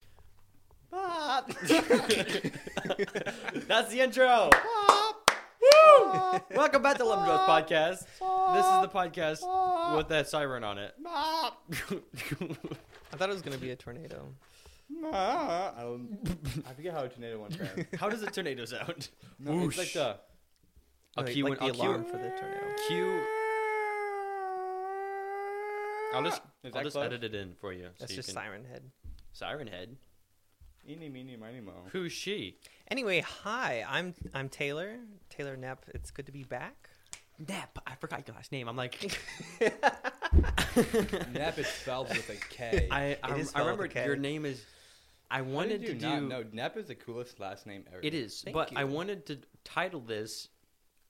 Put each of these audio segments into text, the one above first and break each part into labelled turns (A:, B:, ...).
A: Pop.
B: That's the intro.
A: Pop. Pop.
B: Welcome back to Lemon Drops Podcast. This is the podcast with that siren on it.
A: Pop.
C: I thought it was gonna be a tornado.
A: Pop. I don't- I forget how a tornado one sounds.
B: How does a tornado sound?
A: No,
B: It's like the. I'll
C: Like,
B: cue
C: like
B: an-
C: the
B: I'll cue-
C: alarm for the tornado.
B: Cue. I'll just. I'll
A: Is that
B: just
A: close?
B: edit it in for you. so
C: That's
B: you
C: just
B: can-
C: siren head.
B: Siren head.
A: Eeny, meeny, miny, mo.
B: Who's she?
C: Anyway, hi. I'm I'm Taylor. Taylor Nepp. It's good to be back.
B: Nap. I forgot your last name. I'm like.
A: Nap is spelled with a K.
B: I. I, I
C: is spelled with
B: remember
C: a K.
B: your name is. I
A: How
B: wanted
A: did you
B: to
A: not
B: do.
A: know? Nap is the coolest last name ever.
B: It is,
C: Thank
B: but I
C: you.
B: wanted to title this.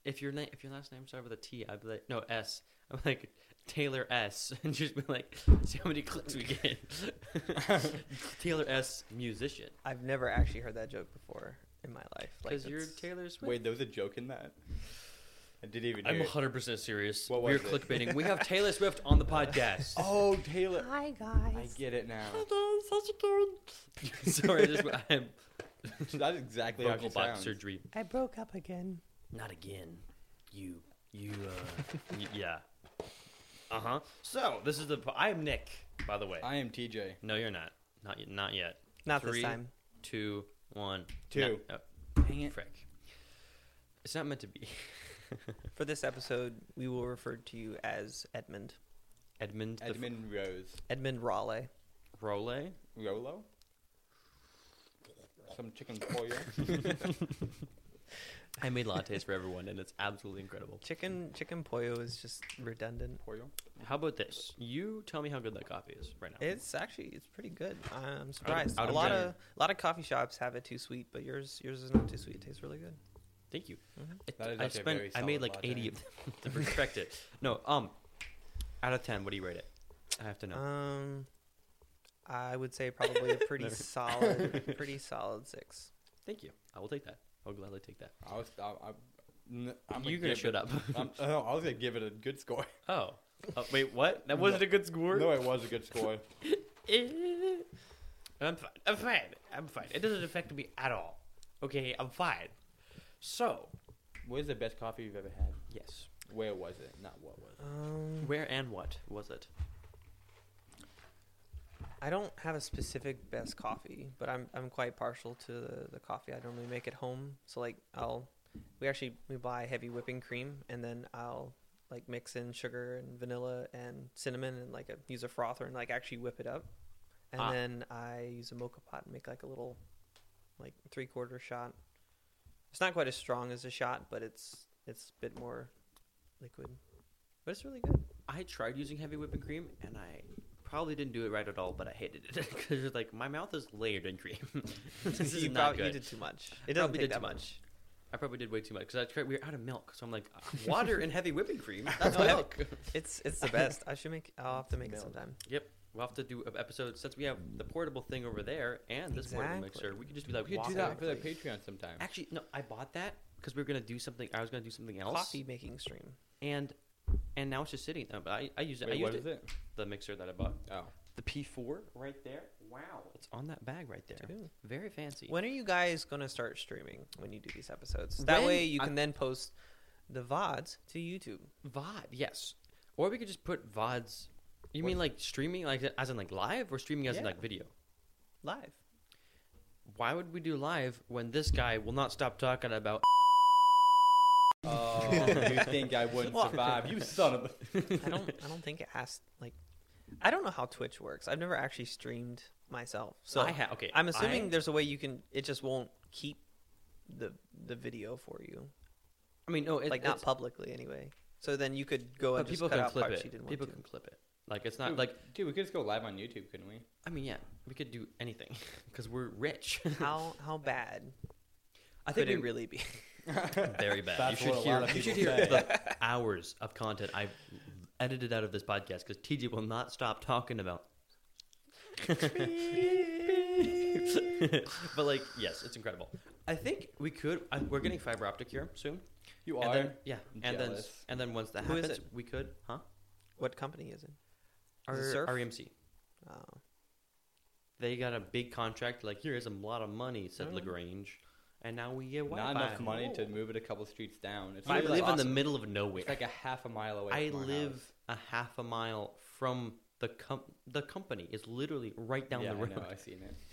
B: If your name, if your last name started with a T, I'd be like, no S. I'm like Taylor S, and just be like, see how many clicks we get. Taylor S, musician,
C: I've never actually heard that joke before in my life.
B: because you're
C: that's-
B: Taylor Swift.
A: Wait, there was a joke in that. I didn't even.
B: I'm
A: hear it.
B: 100 percent serious.
A: What
B: We're
A: was it?
B: clickbaiting. we have Taylor Swift on the podcast.
A: Oh, Taylor.
C: Hi
A: I
C: guys.
A: get it now.
B: Sorry, I just I'm
A: That's exactly how
B: vocal
A: she
B: box
A: sounds.
B: surgery.
C: I broke up again.
B: Not again. You, you, uh, y- yeah. Uh huh. So this is the. po- I'm Nick, by the way.
A: I am TJ.
B: No, you're not. Not yet. Not yet.
C: Not
B: Three,
C: this time.
B: Two, one,
A: Two.
B: No,
A: Dang
B: oh, frick. It's not meant to be.
C: For this episode, we will refer to you as Edmund.
B: Edmund. the f-
A: Edmund Oh, Rose.
C: Edmund Raleigh.
B: Role.
A: Rolo? Some chicken pollo?
B: I made lattes for everyone, and it's absolutely incredible.
C: Chicken chicken pollo is just redundant.
A: pollo?
B: How about this? You tell me how good that coffee is right now.
C: It's actually it's pretty good. I'm surprised.
B: out
C: a
B: of
C: lot
B: ten.
C: of a lot of coffee shops have it too sweet, but yours yours is not too sweet. It tastes really good.
B: Thank you. It-
A: That is
B: I
A: actually a
B: spent.
A: very
B: I made
A: solid
B: like
A: latte.
B: 80 of them to perfect it. No. Um. Out of 10, what do you rate it? I have to know.
C: Um, I would say probably a pretty
B: Never.
C: solid, pretty solid six.
B: Thank you. I will take that. I'll gladly take that.
A: I was, I, I, n- I'm
B: You're gonna
A: give
B: shut
A: it-
B: up.
A: I'm, oh, I was going to give it a good score.
B: Oh. Oh, wait, what? That wasn't a good score.
A: No, it was a good score.
B: Eh, I'm fine. I'm fine. I'm fine. It doesn't affect me at all. Okay, I'm fine. So,
A: What is the best coffee you've ever had?
B: yes.
A: Where was it? Not what was it.
C: Um,
B: Where and what was it?
C: I don't have a specific best coffee, but I'm I'm quite partial to the, the coffee I normally make at home. So like I'll, we actually we buy heavy whipping cream, and then I'll like mix in sugar and vanilla and cinnamon, and like a, use a frother and like actually whip it up, and
B: Ah.
C: then I use a mocha pot and make like a little, like three quarter shot. It's not quite as strong as a shot, but it's it's a bit more liquid, but it's really good.
B: I tried using heavy whipping cream, and I probably didn't do it right at all, but I hated it because it's like my mouth is layered in cream. this is
C: you,
B: not
C: prob- you
B: good.
C: did too much. It doesn't
B: Probably
C: take
B: did
C: that
B: too
C: much.
B: I probably did way too much because I tried. We were out of milk, so I'm like, "Uh, water and heavy whipping cream. That's
A: Oh,
C: No, heavy-
B: milk.
C: It's it's the best. I should make. I'll have to make it
A: Milk.
C: sometime.
B: Yep. We'll have to do an episode since we have the portable thing over there and this portable
C: Exactly.
B: mixer. We could just be like,
A: we could do
B: walking
A: that for the
C: Exactly.
A: Patreon sometime.
B: Actually, no, I bought that because we were gonna do something. I was gonna do something else,
C: Coffee making stream.
B: and and now it's just sitting. No, but I, I used it. I
A: Wait,
B: used
A: what is it?
B: The mixer that I bought,
A: Oh.
B: the P4 right there. Wow, it's on that bag right there.
C: Dude.
B: Very fancy.
C: When are you guys gonna start streaming? When you do these episodes, that
B: When
C: way you
B: I-
C: can then post the vods to YouTube.
B: VOD, yes, or we could just put VODs. You mean like streaming, like as in like live, or streaming as in
C: Yeah.
B: like video?
C: Live.
B: Why would we do live when this guy will not stop talking about?
A: Oh, you think I wouldn't
C: Well-
A: survive? You son of a.
C: I don't. I don't think it has like. I don't know how Twitch works. I've never actually streamed myself, so
B: I ha- okay,
C: I'm
B: I-
C: assuming there's a way you can. It just won't keep the the video for you,
B: I mean, no, it,
C: like
B: it's,
C: not publicly anyway. So then you could go and
B: but
C: just
B: people
C: cut
B: can
C: out
B: clip
C: parts
B: it.
C: you didn't want
B: People
C: to.
B: can clip it. Like it's not
A: Dude,
B: like
A: Dude, we could just go live on YouTube, couldn't we?
B: I mean, yeah, we could do anything because we're rich.
C: How how bad
B: I
C: could
B: think
C: it
B: we-
C: really be?
B: very bad.
A: That's
B: you should
A: what a
B: hear.
A: lot of
B: you should
A: people
B: hear the hours of content I've edited out of this podcast because TJ will not stop talking about. but like, yes, it's incredible. I think we could. I, we're getting fiber optic here soon.
A: You
B: and
A: are?
B: Then, yeah, and then
A: Jealous.
B: and then once that
C: Who is
B: happens, we could, huh?
C: What company is it? Is it
B: Our
C: Surf?
B: REMC.
C: Oh.
B: They got a big contract. Like here's a lot of money," said
C: Mhm.
B: Lagrange, and now we get Wi-Fi.
A: Not enough money to move it a couple streets down. It's
B: I
A: not even
C: Fiber
B: live in the
A: possible.
B: middle of nowhere.
A: It's like a half a mile away.
B: I
A: from our
B: live
A: house.
B: a half a mile from the com- the company is literally right down
A: yeah,
B: the road.
A: I know. I seen it.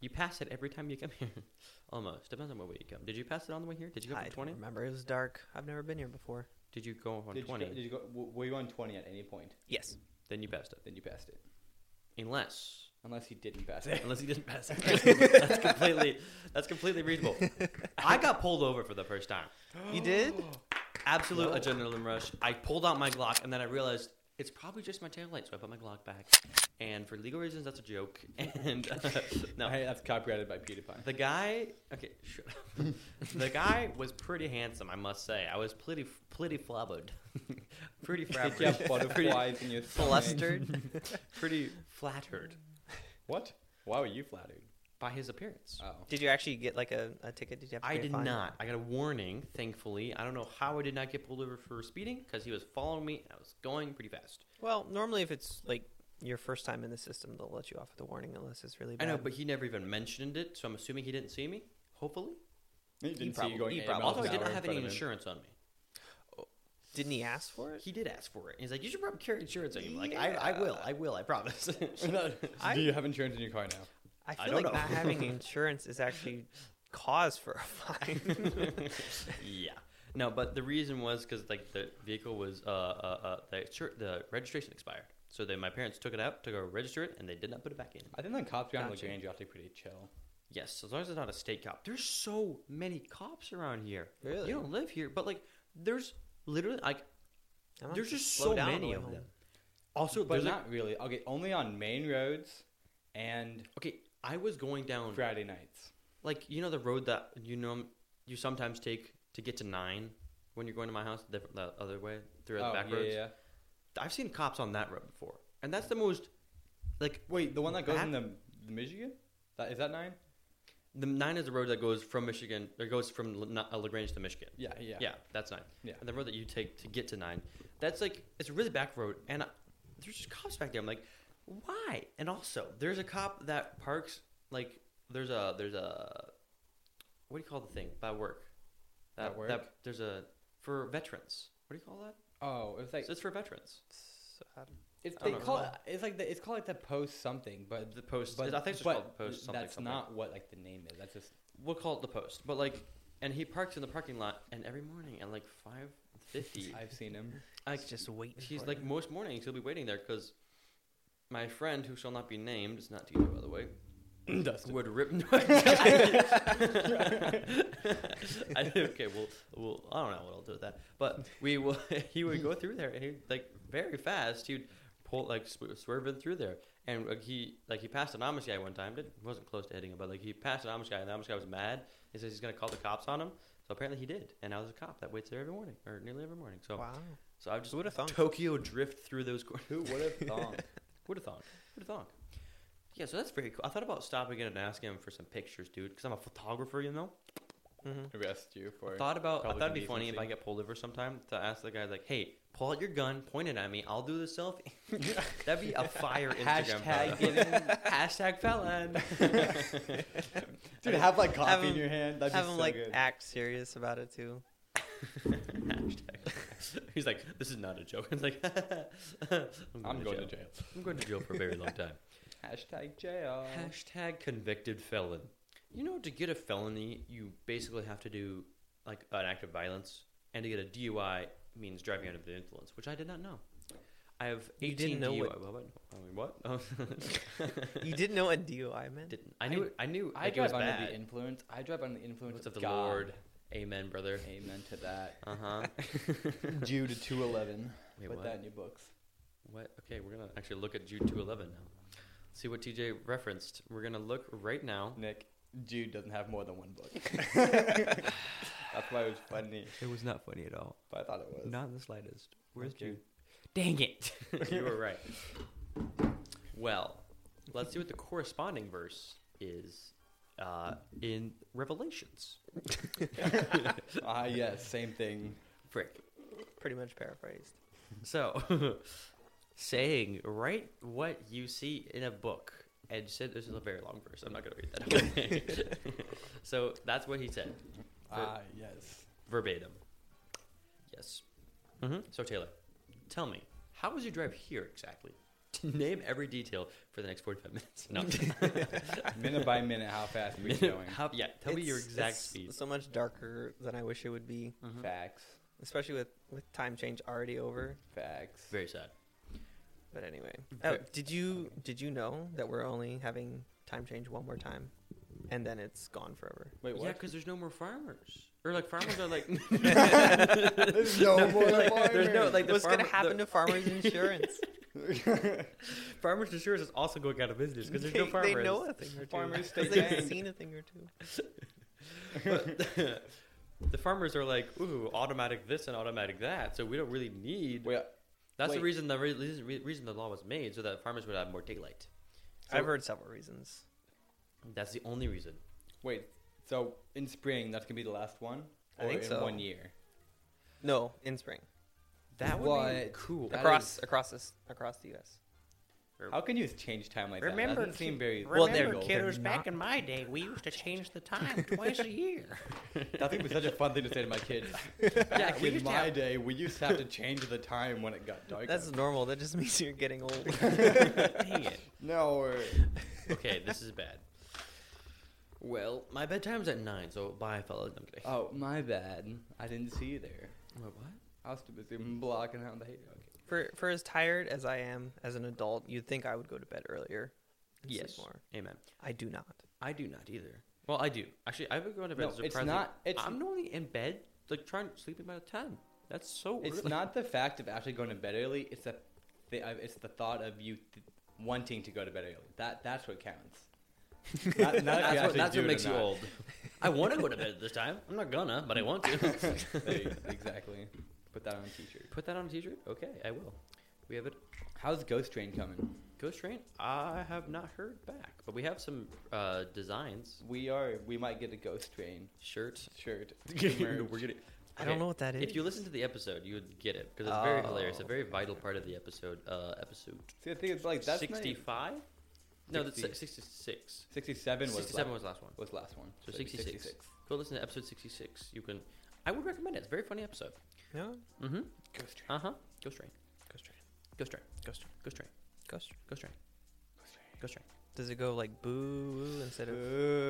B: You pass it every time you come here. Almost. Depends on what way you come. Did you pass it on the way here? Did you go
C: I
B: from
C: don't
B: 20?
C: remember. It was dark. I've never been here before.
B: Did you go on
A: Did you, go,
B: 20?
A: did you go? w- Were you on twenty at any point?
C: Yes.
B: Then you passed it.
A: Then you passed it.
B: Unless
A: Unless you didn't pass it.
B: unless you didn't pass it. that's completely that's completely reasonable. I got pulled over for the first time.
C: You did?
B: Absolute
A: No.
B: adrenaline rush. I pulled out my Glock and then I realized it's probably just my taillight, so I put my Glock back. And for legal reasons, that's a joke. And uh, no,
A: Hey, that's copyrighted by PewDiePie.
B: The guy, okay, shut up. the guy was pretty handsome, I must say. I was pretty, pretty flabbered, pretty
A: Did you have
B: flabbered,
A: butterflies in your stomach?
C: Flustered.
B: pretty flattered
A: What? Why were you flattered?
B: by his appearance.
A: Oh,
C: Did you actually get like a, a ticket? Did you have to
B: I
C: pay a
B: did
C: fine?
B: not. I got a warning, thankfully. I don't know how I did not get pulled over for speeding because he was following me and I was going pretty fast.
C: Well, normally if it's like your first time in the system, they'll let you off with a warning unless it's really bad.
B: I know, but he never even mentioned it, so I'm assuming he didn't see me. Hopefully,
A: he didn't see
C: probably-
A: you going.
C: he
A: eight
C: probably-
A: miles
B: although I
A: an
B: did
A: hour
B: not
A: in
B: have
A: front
B: any
A: of him.
B: insurance on me.
C: didn't he ask for it?
B: He did ask for it. He's like, "You should probably carry insurance on you." I'm like, I, I
C: Yeah.
B: will, I will, I promise.
A: Do you have insurance in your car now?
C: I feel
B: don't
C: like
B: know.
C: not having insurance is actually cause for a fine.
B: yeah. No, but the reason was because like the vehicle was uh, uh, uh the insur- the registration expired, so then my parents took it out to go register it, and they did not put it back in.
A: I think the cops around
C: Gotcha.
A: Lagrange are actually pretty chill.
B: Yes, as long as it's not a state cop. There's so many cops around here.
C: Really?
B: You don't live here, but like there's literally like
C: I'm gonna
B: there's just
C: slow
B: so
C: down on the
B: many
C: way
B: of
C: home.
B: them. Also,
A: But
B: there's like-
A: not really. Okay, only on main roads and
B: okay. I was going down
A: Friday nights.
B: like you know the road that you know you sometimes take to get to nine when you're going to my house the, the other way through the
A: Oh,
B: back
A: yeah,
B: roads.
A: yeah.
B: I've seen cops on that road before, and that's the most like
A: Wait, the one that goes in
B: Back-
A: the, the Michigan? That, is that nine?
B: the nine is the road that goes from Michigan or goes from La- Na- uh, Lagrange to Michigan.
A: Yeah, yeah.
B: Yeah, that's nine.
A: Yeah.
B: and the road that you take to get to nine, that's like it's a really back road, and I, there's just cops back there. I'm like, why? And also, there's a cop that parks like there's a there's a what do you call the thing by work?
A: At work?
B: there's a for veterans. What do you call that?
A: Oh, it's like
B: So it's for veterans.
C: So how do-
A: it's
B: I
A: they
B: don't know.
A: call it, it's like the, it's called like the post something, but
B: The post.
A: but
B: I think it's just
A: but
B: called post. Something,
A: That's
B: something.
A: not what like the name is. That's just
B: we'll call it the post, but like, and he parks in the parking lot, and every morning at like five fifty,
A: I've seen him.
B: I
C: it's just waiting.
B: he's
C: for
B: like
C: it.
B: most mornings he'll be waiting there because my friend, who shall not be named, it's not TJ by the way,
A: Dustin.
B: would rip. I, okay, well, well, I don't know what I'll do with that, but we will. He would go through there, and he like very fast. He'd pull like sw- swerving through there, and like, he like he passed an Amish guy one time. Did wasn't close to hitting him, but like he passed an Amish guy, and the Amish guy was mad. He says he's gonna call the cops on him. So apparently he did, and I was a cop that waits there every morning or nearly every morning. So
C: wow.
B: so I've just
C: Who would have thought?
B: Tokyo drift through those corners.
A: Who would have thought?
B: What a thong. What a thong. Yeah, so that's very cool. I thought about stopping in and asking him for some pictures, dude, because I'm a photographer, you know.
C: Mhm.
A: Arrest you for
B: Thought about. I
A: public
B: thought it'd be funny if
A: indecency.
B: I get pulled over sometime to ask the guy like, "Hey, pull out your gun, point it at me. I'll do the selfie." That'd be a fire Instagram
A: hashtag
B: photo.
A: getting,
B: hashtag felon.
A: dude. Have like coffee
C: Have
A: in
C: him-
A: your hand. That'd
C: Have
A: be
C: him
A: so
C: like
A: good.
C: act serious about it too.
B: hashtag. He's like, "This is not a joke." It's like, I'm
A: I'm going to jail.
B: I'm going to jail for a very long time.
A: Hashtag jail.
B: Hashtag convicted felon. You know, to get a felony, you basically have to do like an act of violence, and to get a DUI means driving under the influence, which I did not know. I have
C: You
B: 18
C: didn't know
B: DUI.
C: what-
B: What? what? I mean, what? Oh.
C: You didn't know what DUI meant.
B: didn't. I knew. I, knew.
A: I
B: like, it was
A: drive under
B: bad.
A: the influence. I drive under the influence
B: What's
A: of
B: of the
A: God.
B: Lord? Amen, brother.
A: Amen to that.
B: Uh huh.
A: Jude two eleven.
B: Wait,
A: Put
B: what?
A: that in your books.
B: What? Okay, we're gonna actually look at Jude two eleven now. See what TJ referenced. We're gonna look right now.
A: Nick, Jude doesn't have more than one book. That's why it was funny,
B: It was not funny at all.
A: but I thought it was.
B: Not in the slightest. Where's
A: Okay.
B: Jude? Dang it! you were right. Well, let's see what the corresponding verse is uh, in Revelations.
A: Ah, yes, same thing.
B: Frick.
C: Pretty much paraphrased.
B: So, saying, write what you see in a book Ed said this is a very long verse. I'm not gonna read that. so that's what he said
A: Ah, yes.
B: verbatim. Yes.
C: Mm-hmm.
B: hmm So Taylor, tell me, how was your drive here exactly? Name every detail for the next 45 minutes. No.
A: Minute by minute, how fast we going.
B: How, yeah, tell me your
C: It's-
B: exact
C: it's
B: speed.
C: So much darker than I wish it would be,
B: Mhm.
A: Facts.
C: especially with with time change already over.
A: Facts.
B: Very sad.
C: But anyway, oh,
B: Very-
C: did you did you know that we're only having time change one more time, and then it's gone forever?
A: Wait,
B: Yeah,
A: what?
B: because there's no more farmers. Or like farmers are like
A: There's no more
B: There's no
A: farmers.
B: like the
C: What's gonna
B: farmer-
C: happen
B: the-
C: to farmers insurance?
B: farmers insurance is also going out of business because there's no farmers.
C: they, they know a thing or two.
A: Farmers
C: 'Cause
A: stay
C: they've
A: banged.
C: seen a thing or two.
B: the farmers are like, ooh, automatic this and automatic that. So we don't really need.
A: Wait,
B: That's the
A: wait.
B: reason the re- reason, re- reason the law was made so that farmers would have more daylight.
C: I've heard several reasons.
B: That's the only reason.
A: wait. So in spring, that's gonna be the last one,
C: I
A: or
C: think
A: in
C: so.
A: one year.
C: No, in spring,
B: That would be
A: What?
B: cool.
A: That
C: across across this across the U.S.
A: How can you change time like that?
D: Remember
A: That doesn't seem very
D: Well,
C: there
D: there
C: you go.
D: kiddos. Back in my day, we used to change the time twice a year.
A: That would be such a fun thing to say to my kids.
D: Yeah,
A: Back
D: we
A: in
D: used to
A: my
D: have-
A: day, we used to have to change the time when it got dark.
C: That's normal. That just means you're getting old.
B: Dang it.
A: no. way.
B: Okay, this is bad. Well, my bedtime's at nine, so bye, fellas. I'm kidding.
A: Oh, my bad. I didn't see you there.
B: Wait, what?
A: I was too busy blocking out the hate. Okay.
C: For for as tired as I am as an adult, you'd think I would go to bed earlier. and sleep
B: Yes.
C: more.
B: Amen.
C: I do not.
B: I do not either. Well, I do actually. I've been going to bed.
A: No, it's
B: surprisingly-
A: not- it's-
B: I'm normally in bed, like trying sleeping by the ten. That's so.
A: It's
B: early.
A: not the fact of actually going to bed early. It's the, the uh, it's the thought of you th- wanting to go to bed early. That that's what counts. Not- not if
B: that's
A: you
B: what,
A: actually
B: that's
A: do
B: what
A: it or
B: makes you
A: not.
B: old. I want to go to bed this time. I'm not gonna, but I want to.
A: There you- exactly. Put that on a t-shirt.
B: Put that on a t-shirt. Okay, I will. We have it.
A: How's Ghost Train coming?
B: Ghost Train. I have not heard back, but we have some uh, designs.
A: We are. We might get a Ghost Train
B: Shirt.
A: shirt.
B: No, we're gonna-
C: I don't
B: Okay,
C: know what that is.
B: If you listen to the episode, you would get it because it's very hilarious. A
C: Oh.
B: very vital part of the episode. Uh, episode
A: See, the thing is, like that's not even-
B: sixty-five. No, that's
A: Sixty.
B: sixty-six.
A: 67 was
B: 67
A: last,
B: was the last one.
A: was last one.
B: So
A: it'd be
B: 66. Go listen to episode 66. You can. I would recommend it. It's a very funny episode.
C: no,
B: Mm hmm.
A: Ghost Train.
B: Uh huh. Ghost Train.
C: ghost train.
B: Ghost Train.
C: Ghost train.
B: Ghost Train.
C: Ghost train.
B: Ghost Train.
A: Ghost Train.
B: Ghost Train.
C: Does it go like boo instead of?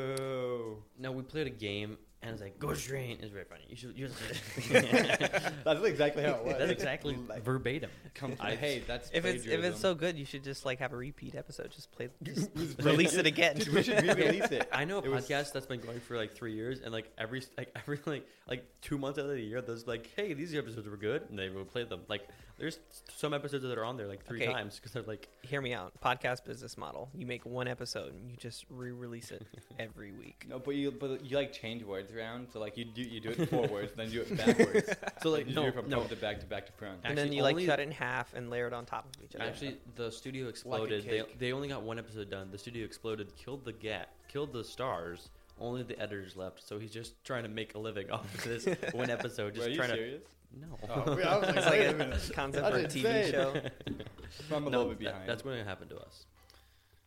A: Boo.
B: No, we played a game and it's like Ghost Train is very funny. You should. You should
A: That's exactly how it was.
B: That's exactly
A: Like,
B: verbatim.
A: come
B: I-
A: hey, that's
C: If it's if it's so
A: plagiarism.
C: good, you should just like have a repeat episode. Just play, just
A: Just play
C: release it again.
A: Dude, we should re-release it.
B: I know a
A: It was-
B: podcast that's been going for like three years, and like every like every like like two months out of the year, those like, hey, these episodes were good, and they would play them. Like, there's some episodes that are on there like three
C: Okay.
B: times because they're like,
C: Hear me out. Podcast business model. You make one episode and you just re-release it every week.
A: No, but you but you like change words around. So like you do you do it forwards, then you do it backwards.
B: so like
A: you
B: no,
A: do it from
B: no,
A: front to back to back to front.
C: and then
B: Actually,
C: you like
B: only-
C: cut it in half and layer it on top of each other.
B: Actually, the studio exploded.
A: cake.
B: they, they only got one episode done. The studio exploded, killed the gat, killed the stars. Only the editors left, so he's just trying to make a living off of this one episode. Just
A: Were you
B: trying
A: serious?
B: to no,
A: Oh, yeah, I was like,
C: it's like
A: wait a
C: a
A: minute.
C: concept
A: That's
C: for a TV
A: insane.
C: show.
A: I'm a
B: No,
A: little
B: that-
A: bit behind.
B: that's going to happen to us.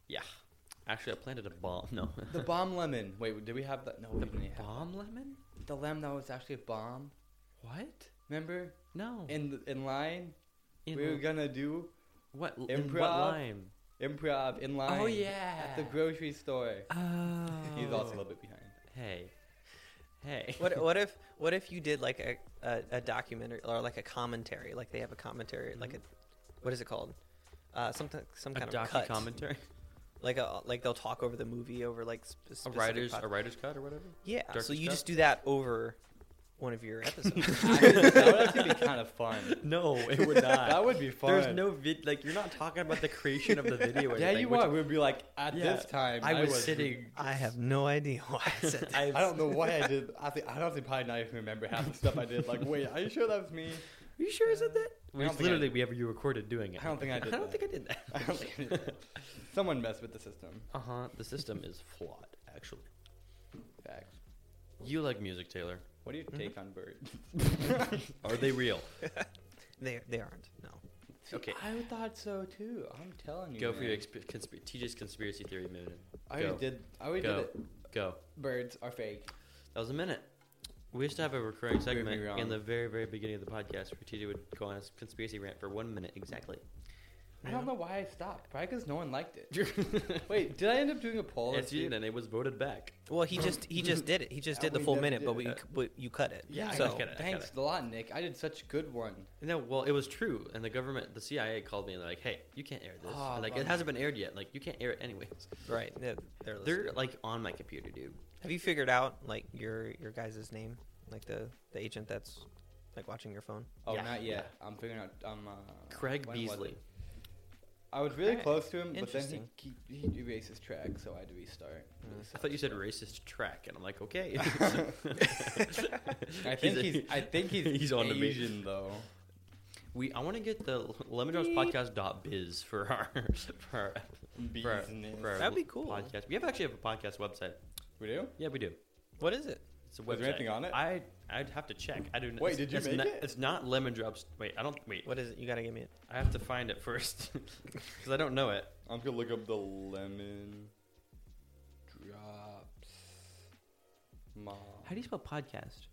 B: Yeah, actually, I planted a bomb. No,
A: the bomb lemon. Wait, did we have that? No, we
B: the
A: didn't have
B: bomb lemon.
A: the lemon that was actually a bomb.
B: What?
A: Remember
B: No.
A: in the, in line
B: In
A: we were
B: li-
A: gonna do
B: what? In what
A: improv?
B: line?
A: improv in line. at the
B: Oh, yeah.
A: grocery store.
B: Oh.
A: He's also a little bit behind.
B: Hey, hey.
C: What what if what if you did like a, a, a documentary or like a commentary? Like they have a commentary, like a what is it called? Uh, something some
B: A
C: kind of
B: docu
C: cut.
B: commentary,
C: Like a like they'll talk over the movie over like sp-
B: a
C: specific
B: writer's
C: pod-
B: a writer's cut or whatever.
C: yeah.
B: director's
C: So you
B: cut?
C: just do that over one of your episodes.
A: that would actually be kind of fun.
B: No, it would not.
A: That would be fun.
B: There's no vid like you're not talking about the creation of the video. Or
A: Yeah,
B: anything,
A: you
B: which-
A: are. We'd be like, at
B: Yeah,
A: this time,
B: I was sitting.
C: I have no idea why I said that.
A: I don't know why I did. I think I don't think probably not even remember half the stuff I did. Like, wait, are you sure that was me?
B: Are you sure I said that?
A: I don't
B: It's
A: think I
B: literally
A: did.
B: we have you recorded doing it.
A: I don't think I did
B: I don't
A: that.
B: think I did that.
A: I don't think I did that. Someone messed with the system.
B: Uh huh. The system is flawed, actually.
A: Facts.
B: You like music, Taylor?
A: What do you take on birds?
B: Mm-hmm. Are they real?
C: They they aren't. No.
B: Okay.
A: I thought so too. I'm telling you.
B: Go for your
A: man.
B: exp- conspira- TJ's conspiracy theory moon.
A: I already
B: Go.
A: did. I already
B: Go.
A: did it.
B: Go.
A: Birds are fake.
B: That was a minute. We used to have a recurring
A: Prove me
B: segment
A: wrong.
B: in the very, very beginning of the podcast where TJ would go on a conspiracy rant for one minute exactly.
A: I don't know why I stopped. Probably because no one liked it. Wait, did I end up doing a poll?
B: yes,
A: Yes,
B: you did, and it was voted back.
C: Well, he just he just did it. He just
A: Yeah,
C: did the
A: we
C: full
A: never
C: minute,
A: did
C: but we,
B: that.
C: c- but you cut it.
A: Yeah, I
B: So-
A: know.
B: Get it, I
A: thanks
B: get
A: a lot, Nick. I did such a good one.
B: No, well, it was true, and the government, the CIA called me and they're like, "Hey, you can't air this.
A: Aw,
B: And, like,
A: Oh, bummer.
B: it hasn't been aired yet. Like, you can't air it anyways."
C: Right. They're, they're
B: They're
C: listening.
B: like on my computer, dude.
C: Have you figured out like your your guys' name, like the the agent that's like watching your phone?
A: Oh,
B: Yeah,
A: not yet. I'm figuring out. Um, uh,
B: Craig
A: when was
B: Beasley.
A: it? I was really
C: Craig.
A: close to him, but then he,
C: Interesting.
A: he he erased his track, so I had to restart.
C: Mm.
A: Really
B: Hmm. I
A: sucks.
B: thought you said racist track, and I'm like, okay.
A: I think he's. I think he's.
B: he's on to me.
A: Asian though.
B: we. I want to get the lemondropspodcast.biz for our for our, for our,
A: Business.
B: for our
C: That'd be cool.
B: Podcast. We have actually have a podcast website.
A: We do.
B: Yeah, we do.
C: What is it?
B: It's a website.
A: Is there anything on it?
B: I I'd have to check. I do.
A: Wait, did you
B: it's
A: make
B: not,
A: it?
B: It's not lemon drops. Wait, I don't. Wait,
C: What is it? You gotta give me it.
B: I have to find it first because I don't know it.
A: I'm gonna look up the lemon drops. Mom.
B: How do you spell podcast?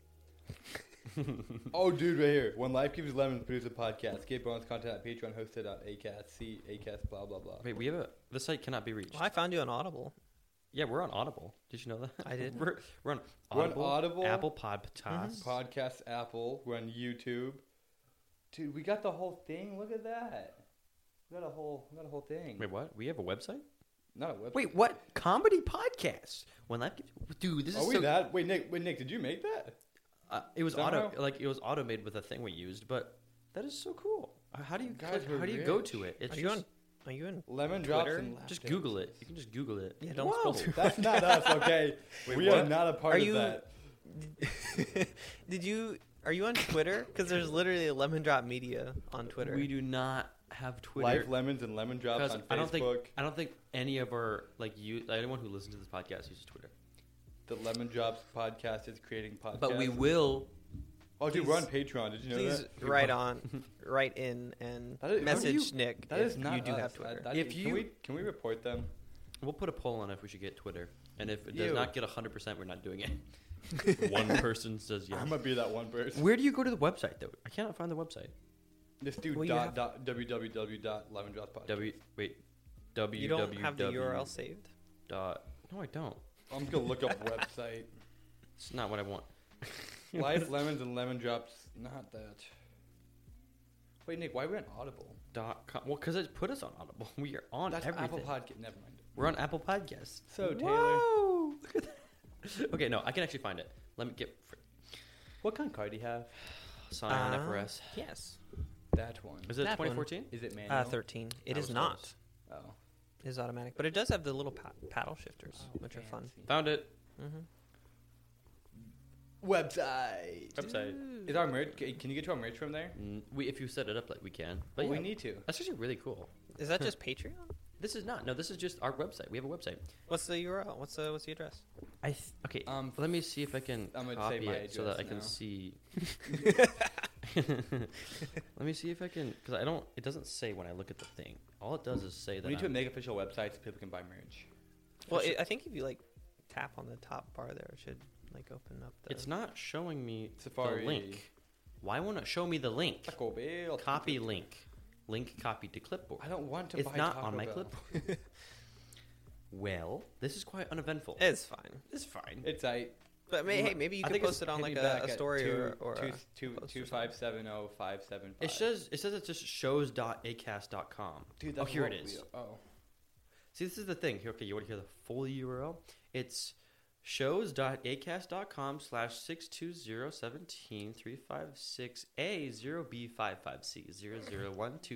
A: Oh, dude, right here. When life gives you lemons, produce a podcast. Get bonus content at Patreon, hosted on Acast, C Acast, blah blah blah.
B: Wait, we have a. The site cannot be reached.
C: Well, I found you on Audible.
B: Yeah, we're on Audible. Did you know that?
C: I didn't.
B: We're, we're on
A: We're on
B: Audible,
A: Audible, Mm-hmm.
B: Apple Podcasts.
A: Podcast, Apple. We're on YouTube. Dude, we got the whole thing. Look at that. We got a whole. We got a whole thing.
B: Wait, what? We have a website?
A: Not a website.
B: Wait, what? Comedy podcast? When life gives, dude, this
A: Are
B: is
A: we
B: so.
A: that? Wait, Nick. Wait, Nick. Did you make that?
B: Uh, it was
A: Somehow?
B: auto, like it was auto made with a thing we used, but that is so cool. Uh, How do you
A: Guys,
B: click-
A: we're
B: How do you go
A: rich.
B: to it? It's
C: Are you
B: just,
C: on? Are you in?
A: Lemon
C: Twitter?
A: drops and lap
B: Just
A: dances.
B: Google it. You can just Google it.
C: Yeah, don't spell
B: Whoa.
C: too
A: That's not us, okay?
C: Wait,
A: we are
C: what?
A: not a part
C: Are
A: of
C: you-
A: that.
C: Did you? Are you on Twitter? Because there's literally a lemon drop media on Twitter.
B: We do not have Twitter.
A: Life lemons and lemon drops
B: because
A: on Facebook.
B: I don't think I don't think any of our like you like, anyone who listens to this podcast uses Twitter.
A: The Lemon Drops podcast is creating podcasts.
B: But we will.
A: Oh, dude, we're on
C: please-
A: Patreon. Did you know
C: Please
A: that?
C: write on, write in, and
A: That is- how do
C: message
A: you-
C: Nick
A: That
C: if
A: is not
C: you do
A: us.
C: have
A: I-
C: Twitter.
A: that-
B: If
A: can
B: you-
A: we, can we report them?
B: We'll put a poll on if we should get Twitter, and if it does
A: Ew.
B: not get hundred percent, we're not doing it. One person says yes.
A: I'm gonna be that one person.
B: Where do you go to the website though? I cannot find the website.
A: This dude
C: Well, you
A: dot,
C: have-
A: dot www dot lemon drops podcast.
B: W wait. W
C: you don't have the URL saved.
B: dot. No, I don't.
A: I'm gonna look up website.
B: It's not what I want.
A: Life lemons and lemon drops. Not that. Wait, Nick, why are we on Audible?
B: dot com. Well, because it put us on Audible. We are on
A: That's
B: everything.
A: Apple Podcast. Never mind.
B: We're on Apple Podcasts.
A: So, Oh, Taylor-
B: Whoa! Look at that. okay, no, I can actually find it. Let me get fr-
A: What kind of car do you have?
B: sign
C: Ah.
B: up for us.
C: Yes.
A: That one.
B: Is it
C: That one.
B: 2014?
A: Is it manual?
C: Uh, Thirteen. It
B: I
C: is
B: was
C: not.
B: close.
A: Oh,
C: It is automatic, but it does have the little pa- paddle shifters,
B: Oh,
C: which are fun.
B: Found it.
C: Mm-hmm.
A: Website.
B: Website.
A: Is our merch? Can you get to our merch from there?
B: Mm, We, if you set it up like we can, but
A: But we
B: yeah,
A: need to.
B: That's actually really cool.
C: Is that just Patreon?
B: This is not. No, this is just our website. We have a website.
C: What's the URL? What's the what's the address?
B: I th- okay.
A: Um,
B: let me see if I can
A: I'm gonna say
B: copy
A: my
B: it so that I
A: address
B: can
A: now.
B: see. let me see if I can because I don't. It doesn't say when I look at the thing. All it does is say that.
A: We need to
B: I'm-
A: make official websites so people can buy merch.
C: Well, it, I think if you like tap on the top bar there, it should like open up the.
B: it's not showing me
A: Safari.
B: the link. Why won't it show me the link?
A: Taco Bell.
B: Copy link. Link copied to clipboard.
A: I don't want to
B: It's
A: buy
B: not
A: Taco
B: on my
A: Bell.
B: clipboard. well, this is quite uneventful.
C: It's fine,
B: It's fine.
A: It's I.
C: but may, hey, maybe you
B: I
C: could
B: think it's
C: post it on
A: hit
C: like
A: me
C: a,
A: back
C: a
A: at
C: story
A: two,
C: or, or
A: two,
C: a,
A: two,
C: post or
A: two
C: something.
A: five seven zero five seven five.
B: It says it says it just shows.acast.com.
A: Dude,
B: oh,
A: that's
B: here it
A: what we-
B: is.
A: oh,
B: See, this is the thing. Here, okay, you want to hear the full URL? It's shows.acast.com slash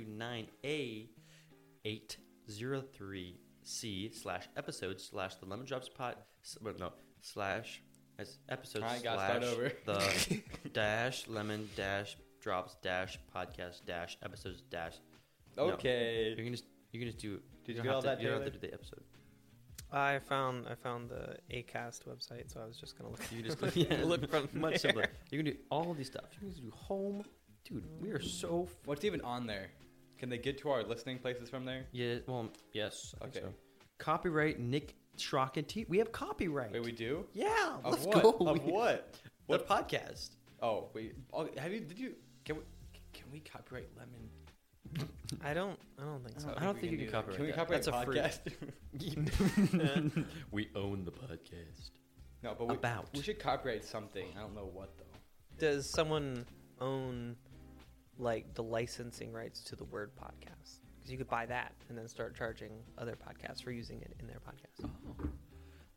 B: 620173568-0B55C00129A803C slash episode slash the lemon drops pot s- well, no slash as episode
A: I gotta
B: slash
A: start over.
B: the dash lemon dash drops dash podcast dash episodes dash No.
A: okay.
B: you can just you can just do.
A: Did you
B: don't
A: get
B: have
A: all
B: to-
A: that,
B: You don't have to
A: Taylor?
B: do the episode.
C: I found I found the Acast website, so I was just gonna look.
B: You just yeah,
C: look from
B: much
C: there.
B: simpler. You can do all of these stuff. You can just do home, dude. We are so.
A: What's even on there? Can they get to our listening places from there?
B: Yeah. Well, yes. I think
A: Okay.
B: so. Copyright Nick Schrock and T. We have copyright.
A: Wait, we do?
B: yeah.
A: Of
B: let's
A: what?
B: go.
A: Of
B: We-
A: what?
B: The
A: What?
B: podcast.
A: Oh, wait. Oh, have you? Did you? Can we? Can we copyright lemon?
C: I don't. I don't think so.
B: I don't think you can
A: do that.
B: copyright
A: Can we
B: that.
A: copyright
B: That's a free-
A: podcast?
B: we own the podcast.
A: no, but we,
B: About.
A: we should copyright something. I don't know what though.
C: Does someone own like the licensing rights to the word podcast? Because you could buy that and then start charging other podcasts for using it in their podcast.
B: Oh.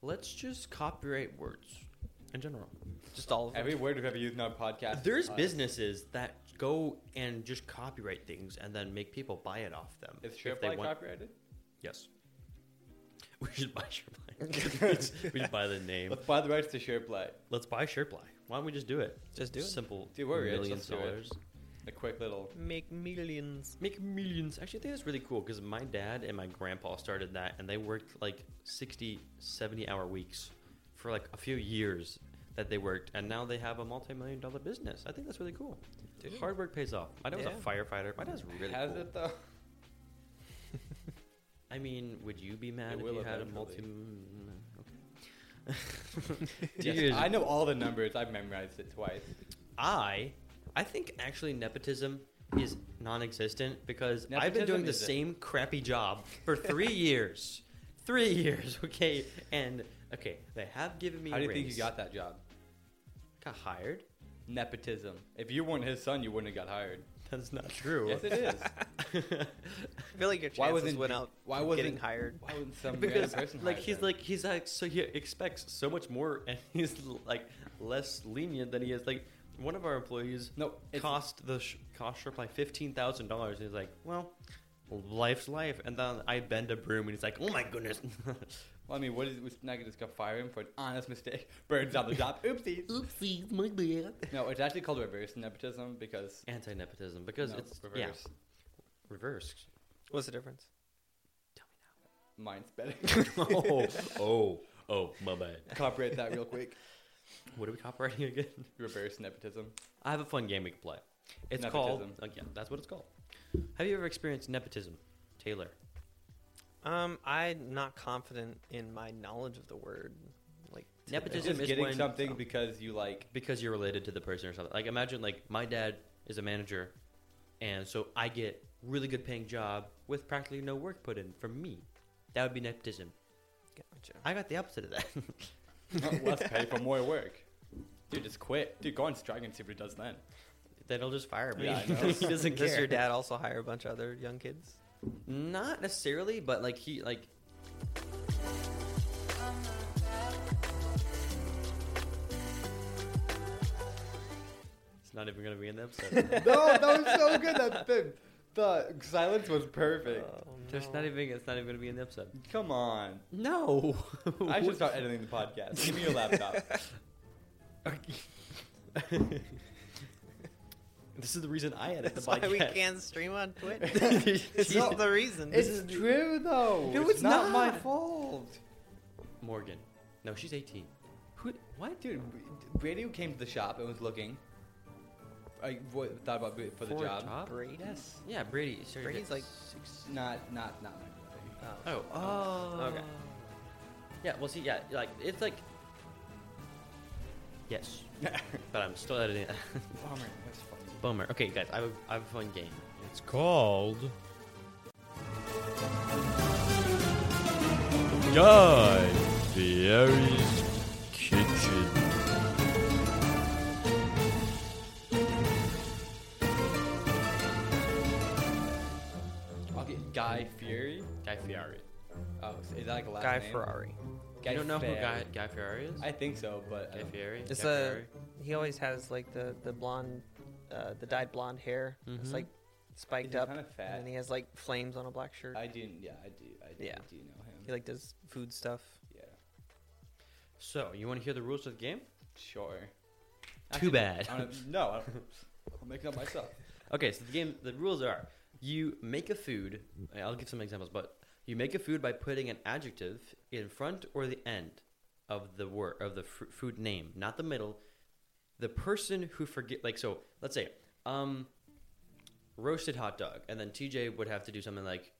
B: Let's just copyright words in general.
C: Just all of them.
A: Every word we've ever used in our podcast.
B: There's
A: is uh, us.
B: businesses that go and just copyright things and then make people buy it off them.
A: Is
B: if
A: Sherply copyrighted?
B: Yes. We should buy Sherply. we should buy the name.
A: Let's buy the rights to Sherply.
B: Let's buy Sherply. Why don't we just do it?
C: Just do it.
B: Simple.
A: Dude, we're rich,
B: millions
A: let's do it.
B: dollars.
A: A quick little.
B: Mm,
C: Make millions.
B: Make millions. Actually, I think that's really cool because my dad and my grandpa started that and they worked like 60, 70 hour weeks for like a few years that they worked and now they have a multi million dollar business. I think that's really cool.
C: Dude.
B: Hard work pays off. My dad was
C: Yeah.
B: a firefighter. My dad's really
A: Has
B: cool.
A: it though?
B: I mean, would you be mad if
A: will
B: you had a multi?
A: eventually.
B: Okay.
A: Yes,
B: Dude,
A: I know all the numbers. I've memorized it twice.
B: I, I think actually nepotism is non-existent because I've been
A: Nepotism
B: doing the
A: is a-
B: same crappy job for three years, three years. Okay, and okay, they have given me.
A: How do you think you
B: raise.
A: got that job?
B: Got hired?
A: Nepotism. If you weren't his son, you wouldn't have got hired.
B: That's not true.
A: Yes, it is.
C: I feel like your
A: Why
C: chances
A: wasn't
C: went
A: you-
C: up.
A: why
C: from
A: wasn't-
C: getting hired?
A: Why wouldn't some
B: because
A: random person
B: like
A: hire
B: he's
A: them?
B: like he's like so he expects so much more and he's like less lenient than he is like one of our employees
A: No, it's-
B: cost the sh- cost Sherp like fifteen thousand dollars and he's like well life's life and then I bend a broom and he's like oh my goodness
A: Well, I mean, what is it? Not gonna just go fire him for an honest mistake. Burns on the job. Oopsies.
B: oopsie my bad
A: No, it's actually called reverse nepotism because
B: anti nepotism because
A: no,
B: it's reverse.
A: reverse.
B: reverse
C: What's the difference?
A: Mine's better.
B: oh oh oh my bad
A: Copyright that real quick.
B: what are we copywriting again
A: Reverse nepotism.
B: I have a fun game we can play it's
A: Nepotism.
B: called yeah that's what it's called have you ever experienced nepotism Taylor
C: Um, I'm not confident in my knowledge of the word. Like to
A: It's
B: Nepotism
A: just Oh.
B: is
A: getting
B: when-
A: something because you like.
B: because you're related to the person or something. Like imagine like my dad is a manager, and so I get really good paying job with practically no work put in from me. That would be nepotism.
C: Gotcha.
B: I got the opposite of that.
A: less pay for more work. Dude, just quit. Dude, go on strike and see what he does then.
B: then he'll just fire me.
A: Yeah, I know.
B: he doesn't
C: Does
B: care.
C: your dad also hire a bunch of other young kids?
B: Not necessarily, but like he like. It's not even gonna be in the episode.
A: no, that was so good. That the, the silence was perfect.
C: Oh,
B: There's not even. It's not even gonna be in the episode.
A: Uh. Come on.
B: No.
A: I should start editing the podcast. Give me your laptop.
B: Okay. this is the reason I edit the
C: That's why
B: podcast.
C: we can't stream on Twitch. it's
B: It's
C: not the reason.
A: true though.
C: No, it's not.
A: fault.
B: Morgan. No, she's 18.
A: Who, what, dude? Brady came to the shop and was looking. I what, thought about it for the
B: For a
A: job.
B: job?
C: Brady?
A: Yes.
B: Yeah, Brady. started
C: Brady's
B: at
C: like-
B: six.
A: Not, not, not. Brady.
C: Oh.
B: Oh. Oh.
C: Okay.
B: Yeah. Well, see. Yeah. Like it's like. Yes, but I'm still editing. it.
A: Bummer. That's funny.
B: Bummer. Okay, guys, I have, a, I have a fun game.
E: It's called Guy Fieri's Kitchen.
A: I'll get Guy Fury.
B: Guy Fieri.
A: Oh, so is that like a last
C: Guy
A: name?
C: Ferrari.
A: Guy
B: you don't know
A: Fieri.
B: who Guy, Guy Fieri is?
A: I think so, but um, I
B: Guy
A: don't-
B: Fieri.
C: It's
B: Guy
C: a-
B: Fieri?
C: He always has like the the blonde, uh, the dyed blonde hair.
B: Mhm.
C: It's like
A: Is
C: spiked
A: he
C: up,
A: kinda fat?
C: and then he has like flames on a black shirt.
A: I didn't. Yeah, I do. I do,
C: Yeah.
A: do know him.
C: He like does food stuff.
A: yeah,
B: So you want to hear the rules of the game?
A: sure.
B: Too bad.
A: I don't, no, I don't, I'll make it up myself.
B: Okay, so the game, the rules are: you make a food. I'll give some examples, but you make a food by putting an adjective in front or the end of the word of the fr- food name, not the middle. The person who forget, like, so let's say, um, roasted hot dog, and then TJ would have to do something like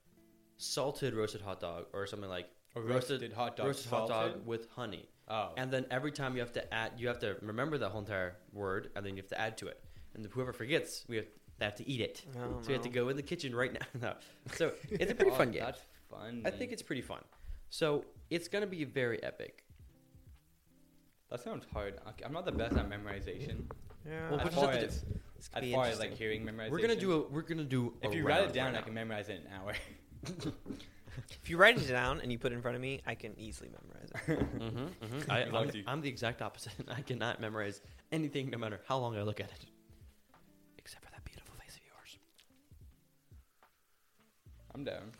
B: salted roasted hot dog or something like
A: Or roasted hot dog
B: roasted hot dog
A: salted?
B: with honey.
A: Oh.
B: And then every time you have to add, you have to remember that whole entire word, and then you have to add to it. And whoever forgets, we have, they have to eat it.
C: Oh,
B: so we have to
C: no.
B: go in the kitchen right now. No. So it's a pretty
A: Oh,
B: fun game.
A: That's fun.
B: I think it's pretty fun. So it's gonna be very epic.
A: that sounds hard. Okay, I'm not the best at memorization.
C: Yeah.
B: Well, we just
A: as
C: Uh, I-
B: have
A: far
B: to do-
A: as,
C: this could
A: as
C: be
A: far as like
C: interesting.
A: hearing memorization.
B: We're gonna do a. We're gonna do.
A: If
B: a
A: you write
B: round
A: it down,
B: right
A: I
B: now.
A: can memorize it in an hour.
C: if you write it down and you put it in front of me, I can easily memorize it.
B: hmm
A: Good
B: I,
A: luck
B: am
A: to you.
B: the exact opposite. I cannot memorize anything, no matter how long I look at it. Except for that beautiful face of yours.
A: I'm down.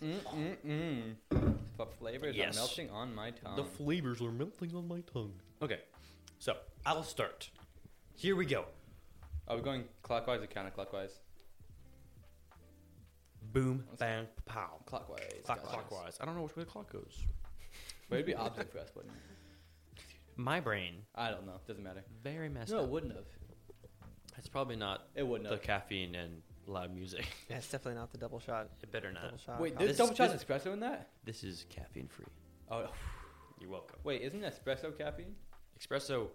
A: mm mm mm. The flavors
B: Yes.
A: are melting on my tongue.
B: The flavors are melting on my tongue. Okay, so I'll start. Here we go.
A: are we going clockwise or counterclockwise?
B: Boom, bang, pow.
A: Clockwise.
B: Clockwise.
A: guys.
B: Clockwise. I don't know which way the clock goes.
A: But it'd be opposite for us, wouldn't it?
B: My brain,
A: I don't know. Doesn't matter.
B: very messed
A: No,
B: up.
A: it wouldn't have.
B: It's probably not
A: It wouldn't
B: the
A: have.
B: caffeine and loud music.
C: Yeah, it's definitely not the double shot.
B: It better
C: Double
B: not.
C: shot.
A: Wait,
C: huh?
A: there's
B: This-
A: double shot
B: this-
A: espresso in that?
B: This is caffeine free.
A: Oh,
B: You're welcome.
A: wait, isn't espresso caffeine?
B: Espresso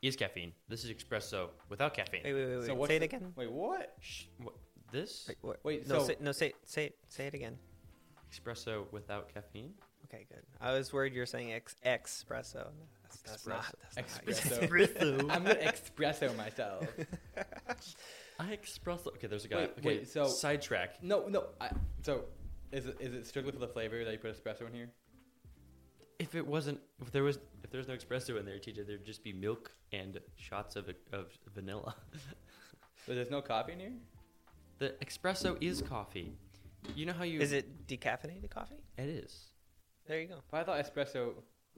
B: is caffeine. This is espresso without caffeine.
C: wait, wait, wait, wait.
A: So what's
C: say it
A: the-
C: again.
A: Wait, what?
B: Shh, what, this
C: Wait, what-
A: Wait,
C: no,
A: so-
C: say, no, say, say, it- say it again.
B: espresso without caffeine?
C: Okay, good. I was worried you were saying ex- espresso. That's, that's not. That's not how you say
A: Espresso. I'm gonna espresso myself.
B: I espresso. Okay, there's a guy.
A: Wait,
B: okay,
A: wait, so-
B: sidetrack.
A: No, no. I, so, is it, is it strictly for the flavor that you put espresso in here?
B: If it wasn't, if there was, if there's no espresso in there, TJ, there'd just be milk and shots of of vanilla.
A: But there's no coffee in here.
B: The espresso is coffee. You know how you?
C: it. Is it decaffeinated coffee?
B: It is.
C: There you go.
A: But I thought espresso.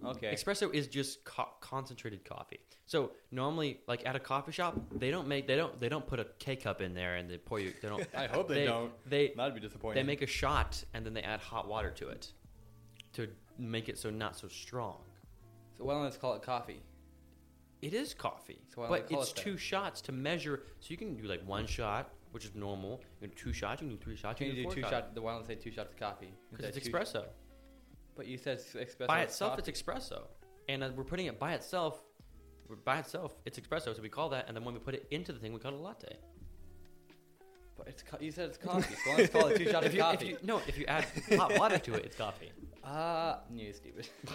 A: Okay.
B: Espresso is just co- concentrated coffee. So normally, like at a coffee shop, they don't make they don't they don't put a K cup in there and they pour you. They don't.
A: I hope they, don't.
B: They
A: That'd be disappointing.
B: they make a shot and then they add hot water to it to make it so not so strong.
A: So why don't let's call it coffee?
B: It is coffee,
A: So why don't
B: but
A: they call
B: it's
A: it that?
B: two shots to measure. So you can do like one shot, which is normal. You can do two shots. You can do three shots.
A: Can you do
B: four
A: two
B: shots.
A: shots? Why don't I say two shots of coffee?
B: Because
A: Instead
B: it's
A: of two-
B: espresso.
A: But you said s- espresso
B: by
A: is
B: itself,
A: coffee.
B: it's espresso, and uh, we're putting it by itself. we're- By itself, it's espresso. So we call that, and then when we put it into the thing, we call it a latte.
A: But it's co- you said it's coffee. so why don't let's call it two shots
B: If
A: of
B: you, if
A: coffee?
B: you, no, if you add hot water to it, it's coffee.
A: Ah, uh, new stupid.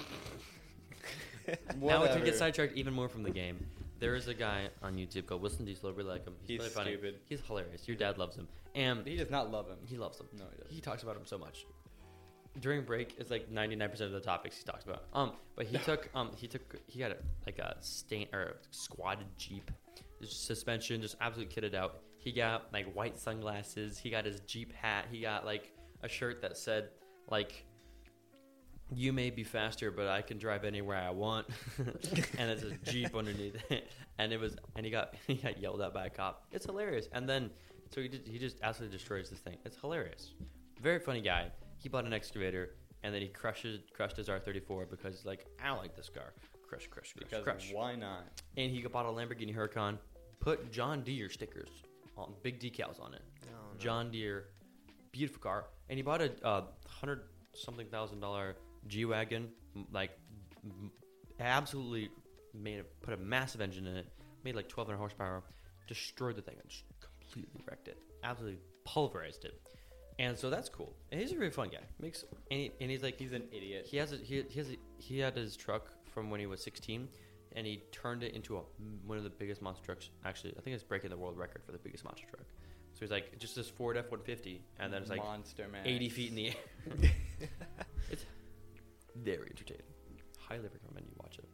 B: Now if
A: Whatever.
B: we get sidetracked even more from the game, there is a guy on YouTube called Wilson D. Slover. Like him, he's,
A: He's
B: really funny.
A: stupid.
B: He's hilarious. Your dad loves him, and
A: He does not love him.
B: He loves them.
A: No, he doesn't.
B: He talks about them so much. During break, it's like ninety nine percent of the topics he talks about. Um, but he took um he took he had a, like a stain or squatted jeep, Just suspension just absolutely kitted out. He got like white sunglasses. He got his jeep hat. He got like a shirt that said like. You may be faster, but I can drive anywhere I want, and it's a jeep underneath it. And it was, and he got he got yelled at by a cop. It's hilarious. And then so he did, he just absolutely destroys this thing. It's hilarious. Very funny guy. He bought an excavator and then he crushes crushed his R34 because he's like I don't like this car. Crush, crush, crush,
A: Because
B: crush.
A: why not?
B: And he bought a Lamborghini Huracan. Put John Deere stickers on big decals on it.
C: Oh, no.
B: John Deere, beautiful car. And he bought a uh, hundred something thousand dollar G wagon. Like m- absolutely made it, put a massive engine in it. Made like twelve hundred horsepower. Destroyed the thing. Just completely wrecked it. Absolutely pulverized it. And so that's cool. And he's a really fun guy. Makes and, he, and he's like
A: He's an idiot.
B: he has a, he, he has a, he had his truck from when he was 16, and he turned it into a, one of the biggest monster trucks. Actually, I think it's breaking the world record for the biggest monster truck. So he's like just this Ford F150, and then it's like
A: monster man.
B: 80 feet in the air. it's very entertaining. Highly recommend you watch it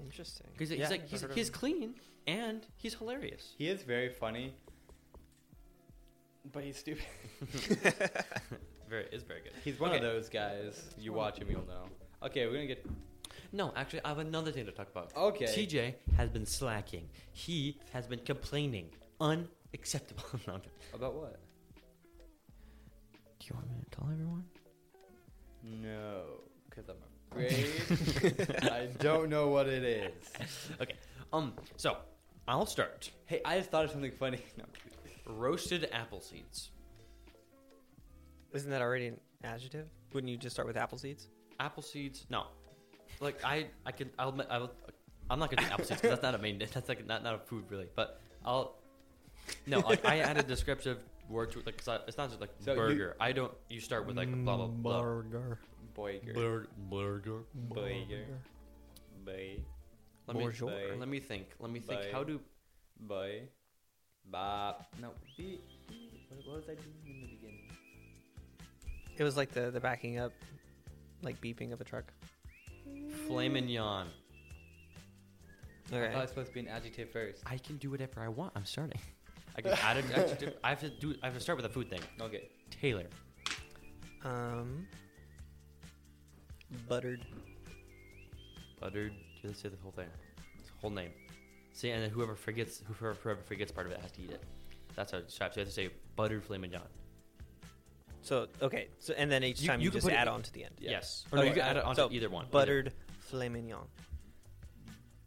C: Interesting.
B: because he's
C: Yeah,
B: like
C: I've
B: he's,
C: heard of
B: he's
C: him.
B: clean and he's hilarious.
A: He is very funny, but he's stupid.
B: Very, it's very good.
A: He's one
B: Okay.
A: of those guys. You watch him, you'll know. Okay, we're gonna get.
B: No, actually, I have another thing to talk about.
A: Okay.
B: TJ has been slacking. He has been complaining. Unacceptable. No, I'm joking.
A: About what?
B: Do you want me to tell everyone?
A: No, because I'm afraid I don't know what it is.
B: Okay. Um. So, I'll start.
A: Hey, I just thought of something funny. No, I'm kidding.
B: Roasted apple seeds.
C: Isn't that already an adjective? Wouldn't you just start with apple seeds?
B: Apple seeds. No, like I, I can. I'll. ma- I'll I'm not gonna do apple seeds 'cause that's not a main. That's like not not a food really. But I'll. No, like I add a descriptive word to it. Like 'cause I, it's not just like
A: So you-
B: burger. I don't. You start with like blah blah blah.
E: Burger.
A: Boyger.
E: Burger. Burger.
A: Burger. Boy.
B: Let me,
C: Bonjour.
A: Bye.
B: let me think. Let me think.
A: Bye.
B: How do
A: Boy. Bop. No. be- What what was I doing in the beginning?
C: It was like the the backing up, like beeping of a truck.
B: filet mignon?
A: I thought it
C: Okay.
A: was supposed to be an adjective first.
B: I can do whatever I want. I'm starting. I can add an adjective. I have to do. I have to start with a food thing.
A: Okay.
B: Taylor.
C: Um. Buttered.
B: Uttered. Let's say the whole thing. It's the whole name. See, and then whoever forgets, whoever, whoever forgets part of it has to eat it. That's how it's trapped. So you have to say buttered filet mignon.
C: So okay. So and then each
B: You-
C: time you,
B: you can
C: just
B: put it
C: add
B: in-
C: on to the end.
A: Yeah.
B: Yes. Or no, you
C: Okay,
B: can add it onto
C: so
B: either one.
C: Buttered filet mignon.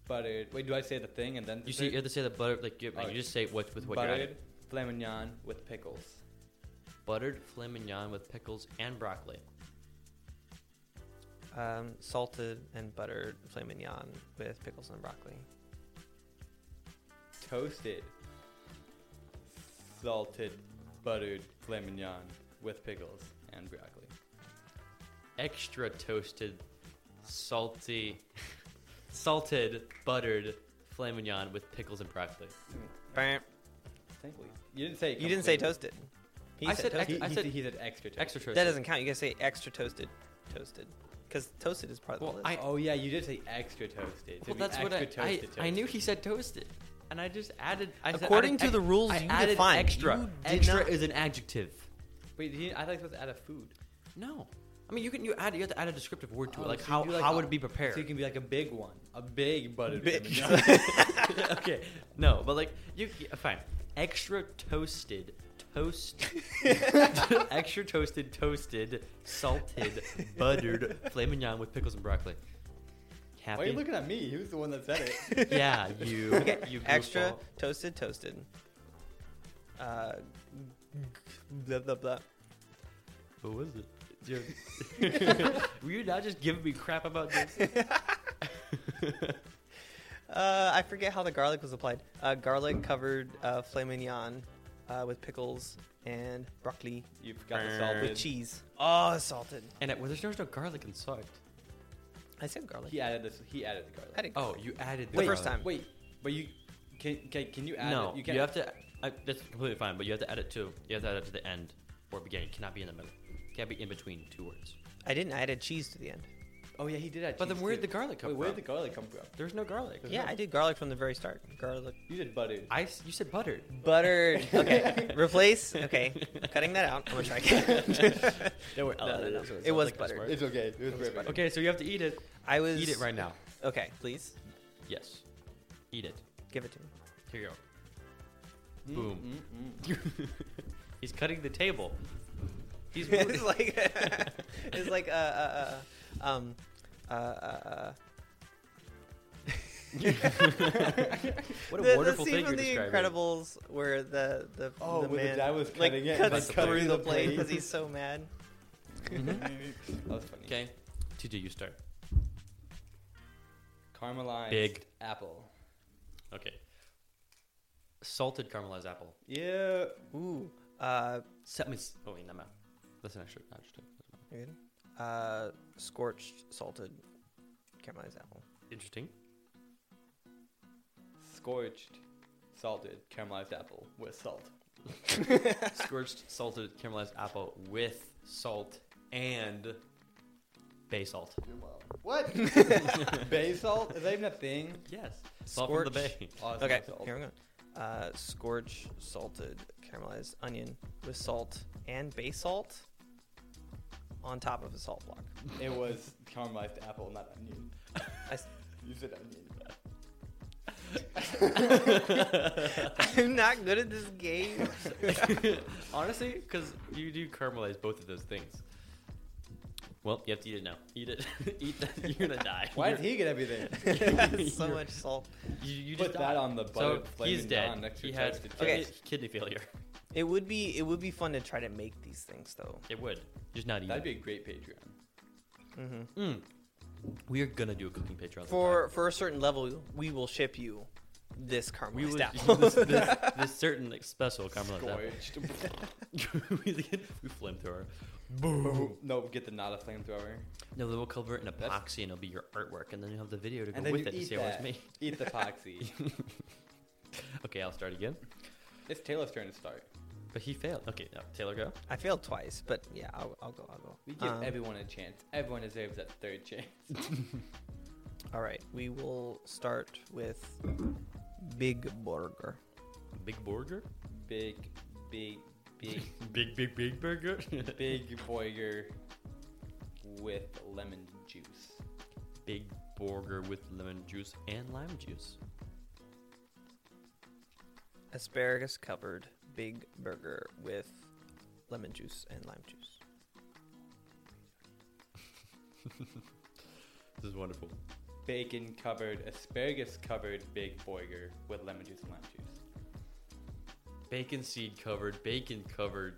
A: Buttered. Wait, do I say the thing and then?
B: Either. You see, you have to say the butter. Like you, like,
A: Alright.
B: you just say what with what you're adding.
A: buttered filet mignon with pickles.
B: Buttered filet mignon with pickles and broccoli.
C: Um, salted and buttered filet mignon with pickles and broccoli.
A: Toasted. Salted, buttered filet mignon with pickles and broccoli.
B: Extra toasted, salty, salted buttered filet mignon with pickles and broccoli.
C: Bam.
A: Thankfully, you didn't say.
C: You didn't say
A: completely.
C: toasted. He
B: I said
C: said, toasted.
A: He,
B: I
A: he
B: said-
A: he said extra. Toast.
B: Extra toasted.
C: that doesn't count. You gotta say extra toasted, toasted, because toasted is part of the
B: Well,
C: list.
B: I-
A: oh yeah, you did say extra toasted. So
B: Well,
A: it'd be
B: that's what I,
A: extra
B: I,
A: toasted
B: I knew
A: toasted.
B: he said toasted, and I just added. I said-
C: According
B: added
C: to the rules
B: I
C: you
B: added
C: defined,
B: extra.
C: you did
B: extra
C: not-
B: is an adjective.
A: Wait, he, I thought he was supposed to add a food.
B: No, I mean you can you add you have to add a descriptive word to
A: Oh,
B: it, like
A: so you
B: how
A: do, like,
B: how
A: a-
B: would it be prepared?
A: So you can be like a big one, a big buttered
C: Big.
A: filet mignon.
B: okay, no, but like you yeah, fine. Extra toasted toast. extra toasted toasted salted buttered filet mignon with pickles and broccoli. Happy?
A: Why are you looking at me? He was the one that said it.
B: yeah, you.
C: Okay,
B: you
C: extra
B: goofball.
C: toasted, toasted. Uh, blah blah blah.
B: What was it? Were you not just giving me crap about this?
C: Uh, I forget how the garlic was applied. Uh, garlic covered uh, filet mignon uh, with pickles and broccoli
A: you forgot the
B: With
A: salted.
C: with cheese. Oh, salted.
B: And it, well, there's no, no garlic in salt.
C: I said garlic.
A: He added this. He added the garlic.
C: I didn't.
B: Oh, you added the
C: The
B: garlic.
C: first time.
A: Wait, but you can can, can you add?
B: No,
A: it?
B: you,
A: can't-
B: have to. I, that's completely fine, but you have to add it to. You have to add it to the end or beginning. It cannot be in the middle. It can't be in between two words.
C: I didn't. I added cheese to the end.
A: Oh yeah, he did add.
B: But then
A: cheese,
B: where'd
A: too.
B: the garlic come
A: Wait, where'd
B: from?
A: the garlic come from?
B: There's no garlic.
C: Yeah, I did garlic from the very start. Garlic
A: You did buttered.
B: I. s- You said buttered.
C: buttered. Okay, replace. Okay, cutting that out. I'm gonna try again.
B: Don't worry.
C: No, no, no. It was buttered.
A: It's okay. It was
C: was
A: perfect.
C: buttered.
B: Okay, so you have to eat it.
C: I was.
B: Eat it right now.
C: Okay, please
B: Yes. Eat it.
C: give it to me.
B: Here you go.
A: Mm,
B: Boom.
A: mm, mm.
B: He's cutting the table. He's
C: it's like it's like uh, uh, uh um uh, uh,
B: what a
C: the,
B: wonderful
C: the
B: thing you're
C: scene from The
B: describing.
C: Incredibles where the the
A: Oh,
C: the
A: where the
C: man,
A: dad was
C: like,
A: cutting it and
C: cuts
B: then
C: through,
B: cutting
C: the
A: the
C: plate
A: plate.
C: because he's so mad.
A: mm, that was funny.
B: Okay, TJ, you start.
A: Caramelized
B: Big.
A: apple.
B: Okay. Salted caramelized apple.
A: Yeah.
C: Ooh, uh,
B: Set me. s- Oh wait, not mad. That's an extra. extra-
C: you good? uh, scorched salted caramelized apple.
B: Interesting.
A: Scorched, salted caramelized apple with salt.
B: Scorched salted caramelized apple with salt and bay salt.
A: What? bay salt? Is that even a thing?
B: Yes. Salt from the
C: Scorch-
B: bay.
A: Oh, it's
C: Okay,
A: not salt.
C: here we go. Uh, scorched salted caramelized onion with salt and bay salt on top of a salt block.
A: It was caramelized apple, not onion.
C: I s-
A: You said onion.
C: I'm not good at this game.
B: Honestly, because you do caramelize both of those things. Well, you have to eat it now. Eat it. eat that. You're gonna die.
A: Why
B: You're-
A: did he get everything?
C: That's so much salt.
B: You, you
A: Put
B: just
A: that
B: died.
A: on the butter.
B: So
A: flaming
B: he's dead.
A: Don next to
B: he
A: your
B: had
A: toasted
B: kidney-
A: chips.
C: Okay.
B: kidney failure.
C: It would be it would be fun to try to make these things though.
B: It would. Just not eat.
A: That'd
B: it.
A: be a great Patreon.
C: hmm
B: Mm. We are gonna do a cooking Patreon
C: For for a certain level, we will ship you this
B: we
C: caramelized
B: would
C: apple.
B: this, this, this certain like, special caramelized
A: Scorched.
B: apple. we we flamethrower.
A: Boom. No, get the not a flamethrower.
B: No, they will cover it in epoxy,
A: That's-
B: and it'll be your artwork, and then you will have the video to go
A: And then
B: with
A: you
B: it to
A: eat
B: see how it's
A: that.
B: made.
A: Eat the poxy.
B: Okay, I'll start again.
A: it's Taylor's turn to start.
B: But he failed. Okay, now Taylor, go.
C: I failed twice, but yeah, I'll, I'll go. I'll go.
A: We give
C: Um,
A: everyone a chance. Everyone deserves that third chance.
C: All right, we will start with big burger.
B: Big burger.
A: Big, big, big,
B: Big big big burger.
A: big boiger with lemon juice.
B: big burger with lemon juice and lime juice.
C: Asparagus covered big burger with lemon juice and lime juice.
B: This is wonderful.
A: Bacon covered, asparagus covered big boiger with lemon juice and lime juice.
B: Bacon seed covered, bacon covered,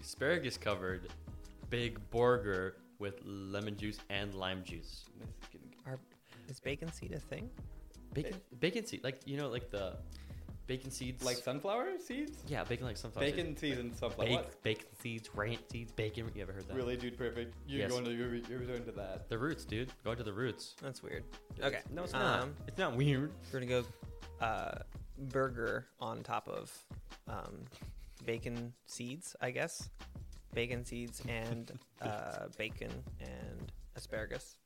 B: asparagus covered, big burger with lemon juice and lime juice.
A: This is getting good.
C: Is bacon seed a thing?
B: Bacon bacon seed, like you know, like the bacon seeds,
A: Like sunflower seeds?
B: yeah, bacon like sunflower seeds.
A: Bacon seasoned sunflower.
B: Bake,
A: What?
B: bacon seeds, rant seeds, bacon. You ever heard that?
A: Really, dude, perfect. You're
B: Yes.
A: going to you're, you're going to that.
B: The roots, dude. Go to the roots.
C: That's weird. Okay.
B: No, it's not.
C: Um,
B: it's not weird.
C: We're gonna go uh, burger on top of um, bacon seeds, I guess. Bacon seeds and uh, bacon and asparagus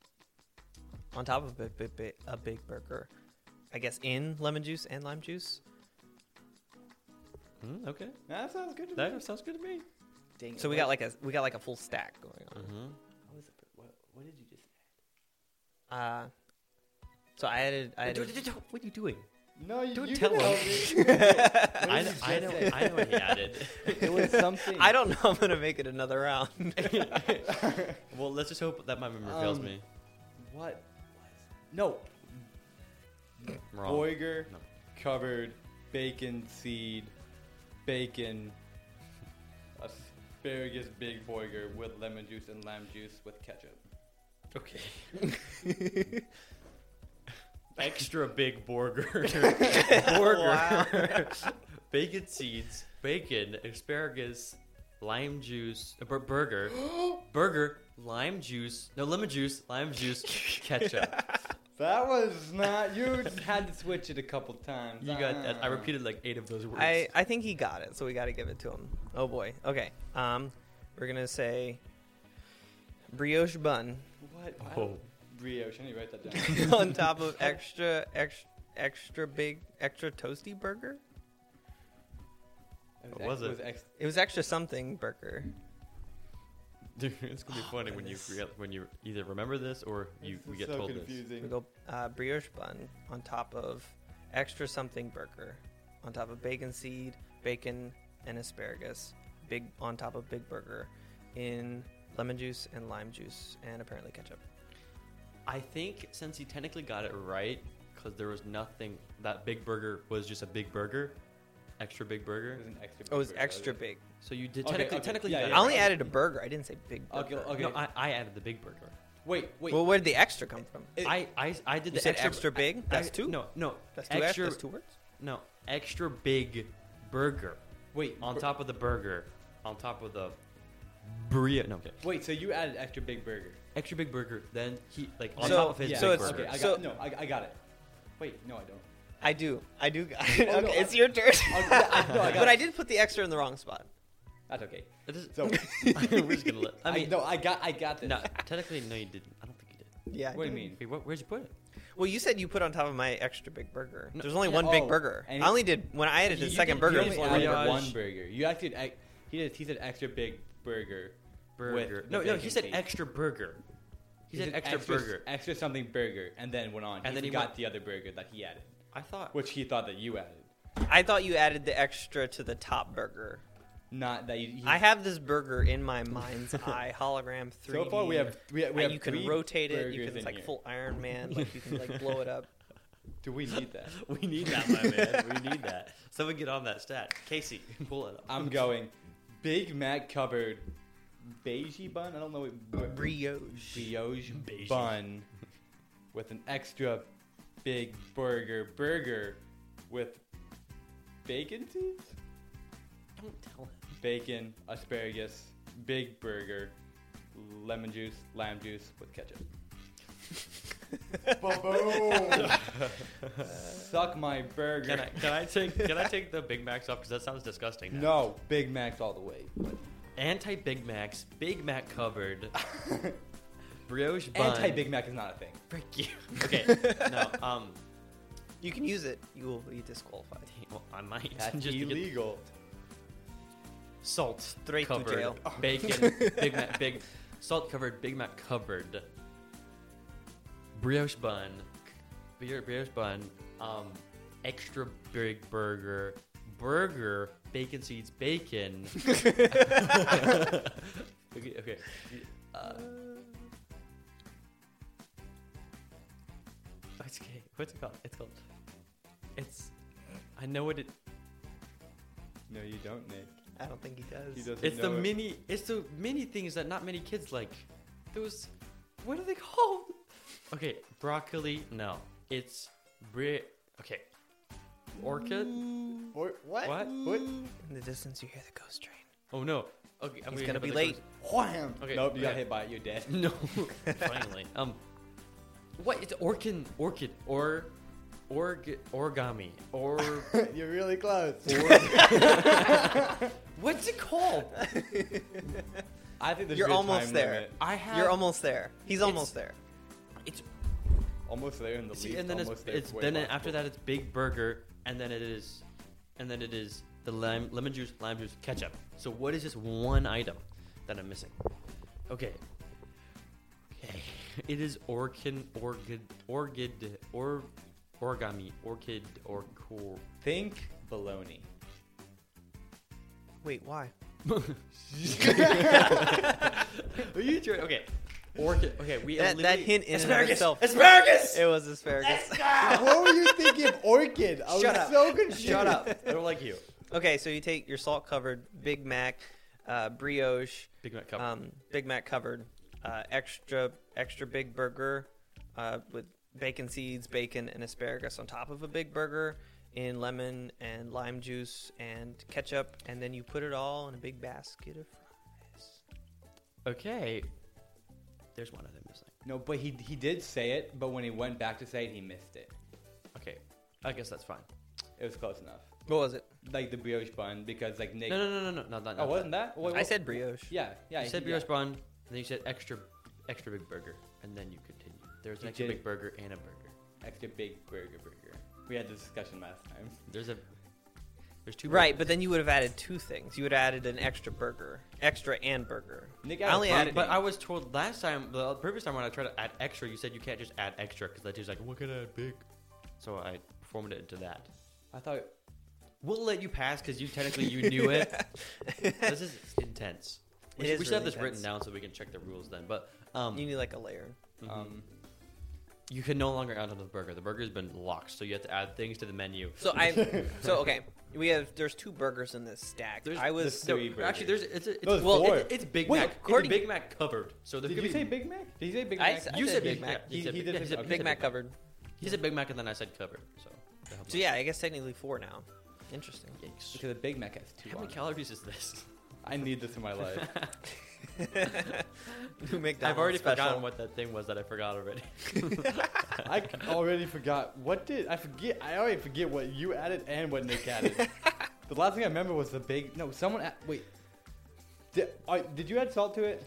C: on top of a, bi- bi- a big burger. I guess in lemon juice and lime juice.
B: Mm, okay,
A: That sounds good to me.
B: that sounds good to me.
A: Dang it,
C: So we
A: what-
C: got like a we got like a full stack going on.
B: Mm-hmm.
A: what was it? What, what did you just?
C: Uh, so I added I added
B: what are you doing?
A: No, you
B: Don't
A: you
B: tell
A: can
B: him.
A: help me.
B: I, know,
A: What did you
B: I,
A: just
B: know,
A: say?
B: I know what he added.
A: It was something.
C: I don't know. if I'm gonna make it another round.
B: well, let's just hope that my memory fails
A: Um,
B: me.
A: What? was- No.
B: Wrong.
A: Boiger
B: No.
A: covered bacon seed, bacon, asparagus big boiger with lemon juice and lime juice with ketchup.
B: Okay. Extra big burger. burger. Bacon seeds, bacon, asparagus, lime juice, uh, bur- burger, burger, lime juice, no lemon juice, lime juice, ketchup.
A: That was not. You had to switch it a couple times.
B: You got that. I
A: Ah.
B: repeated like eight of those words.
C: I, I think he got it, so we got to give it to him. Oh boy. Okay. Um, we're gonna say brioche bun
A: What? I
B: Oh.
A: don't- Brioche. I need to write that down.
C: on top of extra extra extra big extra toasty burger.
B: What was
A: It was
B: it?
A: ex-
C: It was extra something burger.
B: Dude, it's gonna be funny when you
C: goodness.
B: real, when you either remember this or you
A: Oh, this
B: we
A: is
B: get
A: so
B: told
C: We
A: confusing.
C: go uh, brioche bun on top of extra something burger, on top of bacon seed, bacon and asparagus, big on top of big burger, in lemon juice and lime juice and apparently ketchup.
B: this. I think since he technically got it right, because there was nothing that big burger was just a big burger, extra big
A: It
B: burger.
A: was an extra.
C: Oh, it was
A: burger,
C: extra
A: wasn't it?
C: big.
B: So you did
A: Okay,
B: technically
A: okay.
B: technically.
A: Yeah,
B: you got
A: yeah,
B: it
C: I only
B: right.
C: added a burger. I didn't say big.
A: Okay,
C: burger.
A: okay.
B: No, I, I added the big burger.
A: Wait, wait.
C: Well, where did the extra come from?
B: I, I, I did
C: You
B: the
C: said
B: extra,
C: extra big?
B: I-
C: That's
B: I-
C: two.
B: No, no.
C: That's two.
B: extra.
C: That's two words.
B: No, extra big burger
A: wait.
B: on
A: bur-
B: top of the burger, on top of the burrito. No, okay.
A: Wait. So you added extra big burger.
B: Extra big burger. Then he like on
C: So-
B: top of his
A: yeah,
B: big
C: so it's-
B: burger.
A: okay. I got
C: So-
A: no. I, I got it. Wait. No, I don't.
C: I do. I do. Got it.
A: Oh,
C: okay,
A: no, I-
C: it's your turn.
A: I- yeah, I- no, I got
C: but
A: it.
C: I did put the extra in the wrong spot.
A: That's okay.
B: It is-
A: So
B: we're just gonna let. I
A: I
B: mean,
A: no, I got, I got this.
B: no. Technically, no, you didn't. I don't think you did.
C: Yeah. I
A: What do you
C: did.
A: mean?
B: Wait, what, where'd you put it?
C: Well, you said you put on top of my extra big burger.
B: No,
C: There's only
B: yeah,
C: one big
A: oh,
C: burger.
A: and
C: I
A: he-
C: only did when I added
B: you-
C: the
B: you
C: second
B: did-
C: burger.
B: you
C: it was
B: only
C: one
A: added
C: big burger.
A: one
B: Brioche.
A: burger. You actually, I, he did, he said extra big burger.
B: Burger.
A: With
B: No,
A: the
B: no.
A: bacon
B: He said
A: seed.
B: extra burger. He said extra burger.
A: extra something burger, and then went on.
B: And then he
A: got
B: went-
A: the other burger that he added,
B: I thought.
A: which he thought that you added.
C: I thought you added the extra to the top burger.
A: Not that you. you
C: I have this burger in my mind's eye hologram three.
A: So far, we have we have, we have
C: you can
A: three
C: rotate it. You
A: burgers
C: can it's
A: in
C: like
A: here.
C: full Iron Man. Like you can like blow it up.
A: Do we need that?
B: We need that, my man. We need that. Someone get on that stat. Casey, pull it up.
A: I'm going Big Mac covered beigey bun. I don't know what
C: Brioche.
A: brioche
B: Beigey.
A: bun with an extra big burger burger with bacon seeds,
B: Don't tell him.
A: bacon, asparagus, big burger, lemon juice, lime juice with ketchup. Suck my burger.
B: Can I, can I take can I take the Big Macs off because that sounds disgusting. now.
A: No, Big Macs all the way.
B: Anti Big Macs, Big Mac covered, brioche bun.
A: Anti Big Mac is not a thing.
B: Frick you. Okay. No. Um.
C: You can use it. You will be disqualified.
B: Well, I might
A: That's
B: just to get
A: illegal.
C: Salt straight to
B: covered
C: jail. Oh.
B: bacon, Big Mac, big salt covered Big Mac covered, brioche bun, brio- brioche bun, um, extra big burger, burger, bacon seeds, bacon. okay. Okay. Uh, It's okay. What's it called? It's called. It's. I know what it.
A: No, you don't, Nick.
C: I don't think he does.
A: He doesn't
B: It's the
A: know it.
B: mini. It's the mini things that not many kids like. Those. What are they called? Okay, broccoli. No, it's bri. Okay, orchid.
A: Or, what?
B: What?
A: What?
C: In the distance, you hear the ghost train.
B: Oh no. Okay, I'm
C: He's
B: gonna
C: gonna
B: hit by
C: be
B: the
C: late.
B: ghost.
A: Wham!
B: Okay,
A: nope, you got
B: okay.
A: hit by it. You're dead.
B: No, finally. Um, what? It's orchid. Orchid or org origami or
A: You're really close.
B: what's it called?
A: I think there's
C: You're
A: a
C: almost
A: time
C: there.
A: limit.
B: I have.
C: You're almost there. He's
B: It's-
C: almost there.
B: It's
A: almost there in the
B: See,
A: lead.
B: and then it's,
A: almost there
B: it's
A: for
B: then
A: way
B: it- after
A: possible.
B: that it's Big Burger, and then it is, and then it is the lime, lemon juice, lime juice, ketchup. So what is this one item that I'm missing? Okay. Okay. It is orchid, orchid, orchid, or origami, orchid, or cor.
A: Think baloney.
C: Wait, why?
B: Are you trying? Okay. Orchid. Okay, we
C: That, that
B: eliminate-
C: hint in and of itself.
A: Asparagus!
C: It was asparagus.
A: what were you thinking of orchid? I
C: Shut up. Shut up.
B: I don't like you.
C: Okay, so you take your salt covered Big Mac, uh, brioche,
B: Big Mac cup.
C: um, Big Mac covered, uh, extra extra big burger uh, with bacon seeds, bacon, and asparagus on top of a big burger in lemon and lime juice and ketchup, and then you put it all in a big basket of fries.
B: okay. There's one item missing.
A: No, but he he did say it, but when he went back to say it, he missed it.
B: Okay. I guess that's fine.
A: It was close enough.
C: What was it?
A: Like the brioche bun, because like Nick.
B: No, no, no, no, no, not that.
A: Oh,
B: not
A: wasn't that? Wait,
C: I
A: what-
C: said brioche.
A: Yeah, yeah.
B: You said
A: he-
B: brioche
C: uh,
A: yeah.
B: bun, and then you said extra, extra big burger, and then you continue. There's an
A: You
B: extra
A: did
B: big burger and a burger.
A: Extra big burger burger. We had this discussion last time.
B: There's a, there's two.
C: Right,
B: burgers.
C: but then you would have added two things. You would have added an extra burger, extra and burger.
A: Nick
C: I only
A: Allen-
C: added.
B: but I was told last time, the previous time when I tried to add extra, you said you can't just add extra because that dude's like, what can I add big? So I formed it into that.
A: I thought
B: We'll let you pass because you technically you knew it. this is intense. We
C: It
B: should,
C: is
B: we should have
C: really
B: this written
C: intense.
B: down so we can check the rules then. But um,
C: You
B: you,
C: need like a layer.
B: Mm-hmm.
A: um,
B: can no longer add another burger. The burger's been locked, so you have to add things to the menu.
C: So I. so okay, we have. There's two burgers in this stack.
B: There's-
C: I was.
A: this-
B: No,
A: three burgers.
B: actually, there's it's, a, it's
A: Those
B: well,
A: four.
B: it's, it's Big
A: Wait,
B: Mac.
C: according-
B: it's Big Mac covered. So there
A: did
B: could
A: you
B: be,
A: say Big Mac? Did you say Big
C: I
A: Mac?
C: said-
B: You said Big
C: Big
B: Mac.
C: Mac.
B: Yeah,
A: He-
B: said
A: he
B: Big-
A: did
B: yeah,
A: say-
B: said
A: okay.
C: Big Mac
B: Mac.
C: covered.
B: He said Big Mac, and then I said covered. So. that helped
C: So
B: me.
C: yeah, I guess technically four now. Interesting.
B: Yikes.
A: Because a Big Mac has two.
B: How
A: on
B: many
A: it.
B: calories is this?
A: I need this in my life.
B: I've already forgotten what that thing was that I forgot already.
A: I c- already forgot. What did I forget? I already forget what you added and what Nick added. the last thing I remember was the big. No, someone. Add, wait. Did, uh, did you add salt to it?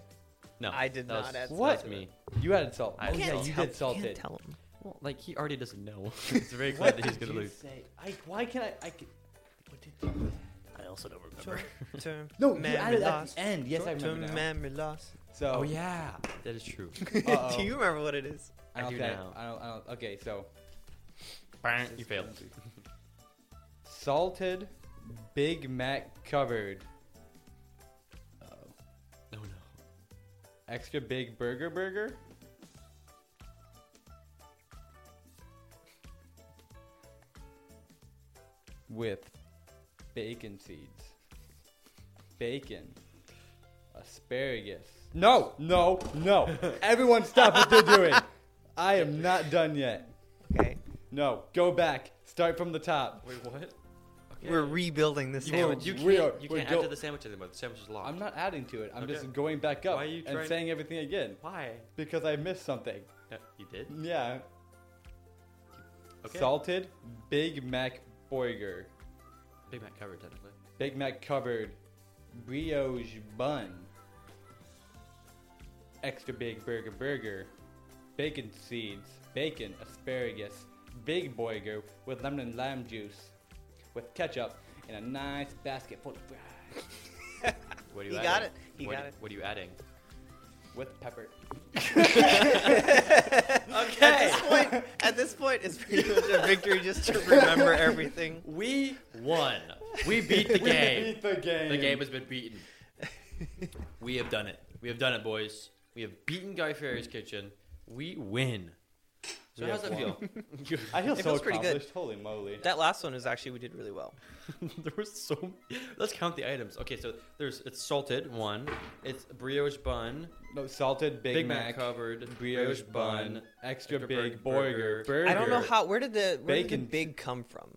B: No,
C: I did
B: that was-
C: not add
B: that
A: salt
B: was
A: to
B: me.
A: You added salt.
B: I
A: oh
B: did
A: yeah,
B: salt.
A: you did salt
C: Can't
A: it.
C: tell him.
B: Well, like he already doesn't know. it's very clear that he's
A: Did
B: gonna
A: you
B: lose.
A: say? I, why can't I? I can, what did you?
B: I also don't remember.
C: Short-term
A: No, you
C: memory
A: added at
C: loss.
A: the end. Yes, I
C: Short-term
A: remember now.
C: memory loss.
A: So
B: Oh yeah, that is true.
A: uh-oh.
C: Do you remember what it is?
A: I,
B: I
A: don't
B: do
A: think I-
B: now.
A: I don't, I don't, okay, so
B: Bang, you failed.
A: salted Big Mac covered extra big burger burger. With bacon seeds, bacon, asparagus. No, no, no. Everyone stop what they're doing. I am not done yet.
C: Okay.
A: No, go back. Start from the top.
B: Wait, what? Okay.
C: We're rebuilding the
B: you, can't,
C: sandwich.
B: you can't,
A: We are-
B: you
A: we're
B: can't
A: go-
B: add to the sandwich anymore. The sandwich is locked.
A: I'm not adding to it. I'm
B: Okay.
A: just going back up
B: Why are you
A: and
B: trying-
A: saying everything again
B: Why?
A: because I missed something.
B: No, you did?
A: Yeah.
B: Okay.
A: Salted Big Mac burger,
B: Big Mac covered, technically.
A: Big Mac covered brioche bun, extra big burger burger, bacon seeds, bacon, asparagus, big burger with lemon and lime juice, with ketchup, and a nice basket full of fries
B: What are you
C: He
B: adding?
C: got it. He
B: what,
C: got it.
B: What are you adding?
A: with pepper.
C: At this point, at this point, it's pretty much a victory just to remember everything.
B: We won. We beat the game.
A: Beat the game.
B: the game has been beaten. we have done it. We have done it, boys. We have beaten Guy Fieri's Kitchen. We win. So
A: We
B: how's
A: have
B: that feel?
A: I feel
C: It
A: so
C: feels pretty good.
A: accomplished. Holy moly!
C: That last one is actually we did really well.
B: there was so. m- Let's count the items. Okay, so there's it's salted one. It's brioche bun.
A: No salted Big,
B: Big, Mac, covered
A: brioche bun, extra, big burger, burger.
C: I don't know how. Where did the where did
A: Bacon.
C: the big come from?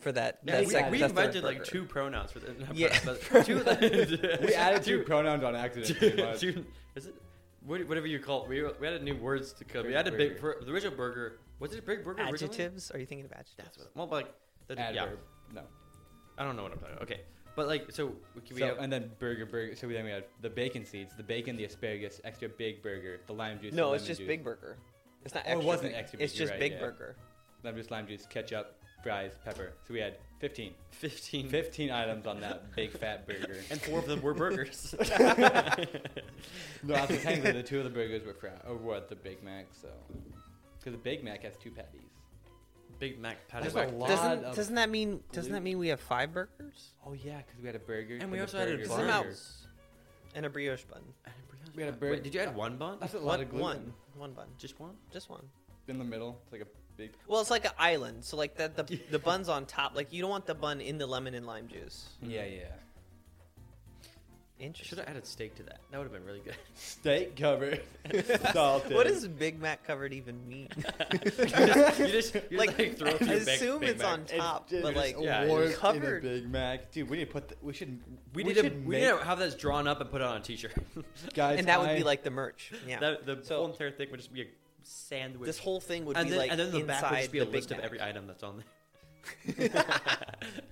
C: For that,
B: Yeah,
C: that
B: we,
C: sec-
B: we
C: that third
B: invented like
C: burger?
B: two pronouns for the not
C: Yeah,
B: pronouns, but two,
A: We added two pronouns on accident. pretty
B: Dude,
A: much.
B: dude, is it what- whatever you call it? We, we added new words to come. We added big for the original burger. Was it big burger? originally?
C: adjectives. Are you thinking of adjectives?
B: That's what. Well, like the, yeah.
A: Adverb. No.
B: I don't know what I'm talking about. Okay, but like so we- can we
A: So,
B: have
A: and then burger, burger. So then we had the bacon seeds, the bacon, the asparagus, extra big burger, the lime juice.
C: no,
A: the
C: it's
A: lemon
C: just
A: juice,
C: Big Burger. It's not
A: Oh, it
C: extra.
A: wasn't
C: big.
A: extra big,
C: It's
A: you're
C: just
A: right,
C: Big
A: yeah.
C: Burger.
A: lime juice, lime juice, ketchup, fries, pepper. So we had 15.
B: 15,
A: 15 items on that big fat burger.
B: and four of them were burgers.
A: No, I think technically the two of the burgers were fry. Or what? The Big Mac. So, because the Big Mac has two patties.
B: Big Mac patty.
A: There's a
B: whack.
A: lot
C: Doesn't
A: of
C: doesn't that mean doesn't that
A: glue.
C: mean we have five burgers
A: Oh yeah, because we had a burger
B: And we
A: the
B: also added
A: burger
C: Does it matter?
A: burger.
B: buns.
C: and a brioche bun?
A: We had a
B: Wait,
A: burger.
B: did you add one bun?
A: That's a lot
C: One,
A: of gluten
C: one, one bun,
B: Just one?
C: just one.
A: in the middle. It's like a big.
C: Well, it's like an island, so like that the the bun's on top. Like you don't want the bun in the lemon and lime juice.
A: Yeah, yeah.
B: Should
C: Interesting.
B: have added steak to that. That would have been really good.
A: Steak covered, salted.
C: What does Big Mac covered even mean?
B: you just, you just, you
C: like,
B: just, like throw a few
C: I
B: Big-
C: assume
B: Big
C: it's
B: Mac.
C: on top,
A: It's
C: but
A: just
C: like
B: yeah,
A: warped in a
C: covered.
A: Big Mac, dude. We need to put. The, we should.
B: We need to
A: should
B: we need
A: make-
B: to have this drawn up and put it on a t-shirt.
A: guys.
C: and that would
A: I-
C: be like the merch. Yeah.
B: that, the
C: So-
B: whole entire thing would just be a sandwich.
C: this whole thing would
B: and
C: be
B: then,
C: like
B: and then the
C: inside
B: back would just be a
C: the Big
B: list of
C: Mac. Mm-hmm.
B: every item that's on there.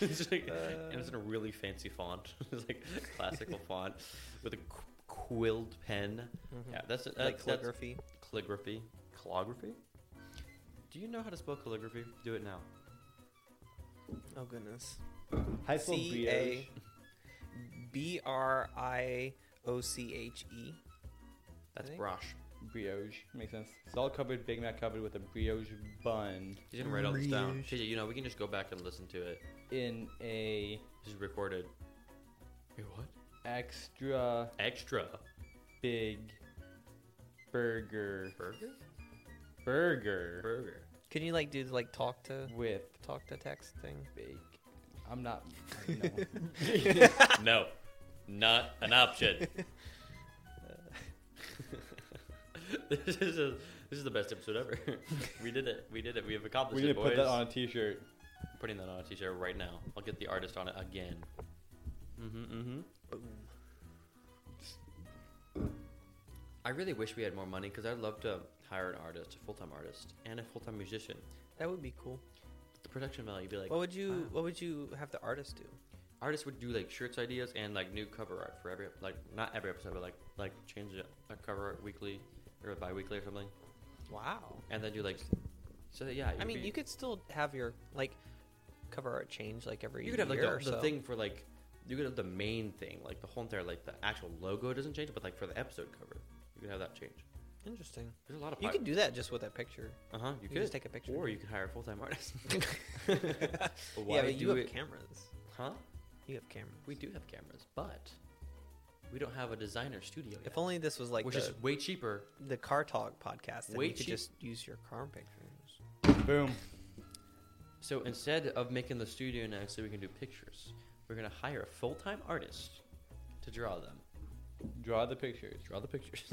B: it's just like, and it's in a
C: Uh.
B: really fancy font, it's like classical font with a qu- quilled pen.
C: Mhm.
B: Yeah, that's, that's
C: like
B: that's
C: calligraphy.
B: calligraphy. Calligraphy. Do you know how to spell calligraphy? Do it now.
C: Oh goodness.
A: high school
C: C
A: brioche.
C: A B R I O C H E.
B: That's
C: think-
B: brush.
A: Brioche makes sense. Salt covered, Big Mac covered with a brioche bun
B: You didn't write all this down.
C: Brioche.
B: JJ, you know we can just go back and listen to it.
A: in a
B: This is recorded. Wait, what?
A: extra
B: Extra
A: big burger
B: burger?
A: burger
B: Burger.
C: Can you like do the, like talk to
A: with
C: talk to text thing?
A: bacon. I'm not. No.
B: no, not an option. this is a, this is the best episode ever. we did it. We did it. We have accomplished
A: we need to
B: it, boys.
A: put that on a T-shirt.
B: I'm putting that on a t-shirt right now. I'll get the artist on it again. Mm-hmm. Mm-hmm.
C: Boom.
B: I really wish we had more money because I'd love to hire an artist, a full-time artist, and a full-time musician.
C: That would be cool.
B: The production value would be like
C: what would you
B: wow.
C: What would you have the artist do?
B: artists would do like shirts ideas and like new cover art for every like not every episode but like like change it a cover art weekly or bi-weekly or something
C: Wow.
B: and then do like so yeah it
C: I
B: would
C: mean,
B: be-
C: you could still have your like cover art change like every.
B: you could have like
C: year
B: the,
C: or
B: the
C: so.
B: thing for like you could have the main thing like the whole entire like the actual logo doesn't change but like for the episode cover you could have that change
C: Interesting.
B: there's a lot of
C: You
B: pi-
C: could do that just with a picture.
B: uh-huh you,
C: You
B: could
C: just take a picture.
B: or you could hire a full-time artist
C: yeah, but you have
B: it
C: cameras.
B: huh
C: You have cameras.
B: we do have cameras but we don't have a designer studio yet,
C: If only this was like
B: which
C: the,
B: is way cheaper.
C: the car talk podcast, then
B: Way
C: you could
B: cheap.
C: just use your car pictures.
A: Boom.
B: So instead of making the studio now so we can do pictures, we're gonna hire a full time artist to draw them.
A: Draw the pictures.
B: Draw the pictures.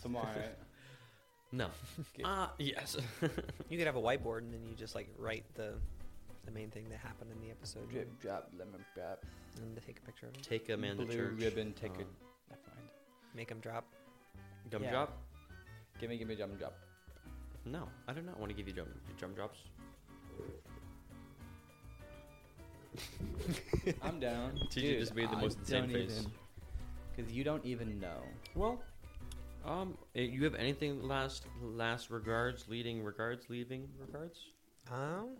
A: Tomorrow.
B: no.
A: Okay.
B: Ah, yes.
C: You could have a whiteboard and then you just like write the the main thing that happened in the episode
A: Drip, drop, lemon, drop.
C: and then take a picture of it.
B: Take a man
A: Blue
B: to church.
A: ribbon, take a.
B: Um,
C: Uh-huh.
A: Never mind.
C: Make them drop.
B: gumdrop.
A: Give me, give me, jump, drop.
B: No, I do not want to give you drum, drum drops.
A: I'm down.
B: TJ just made the most insane face.
A: Because you don't even know.
B: Well, um, eh, you have anything last last regards, leading regards, leaving regards?
C: Um,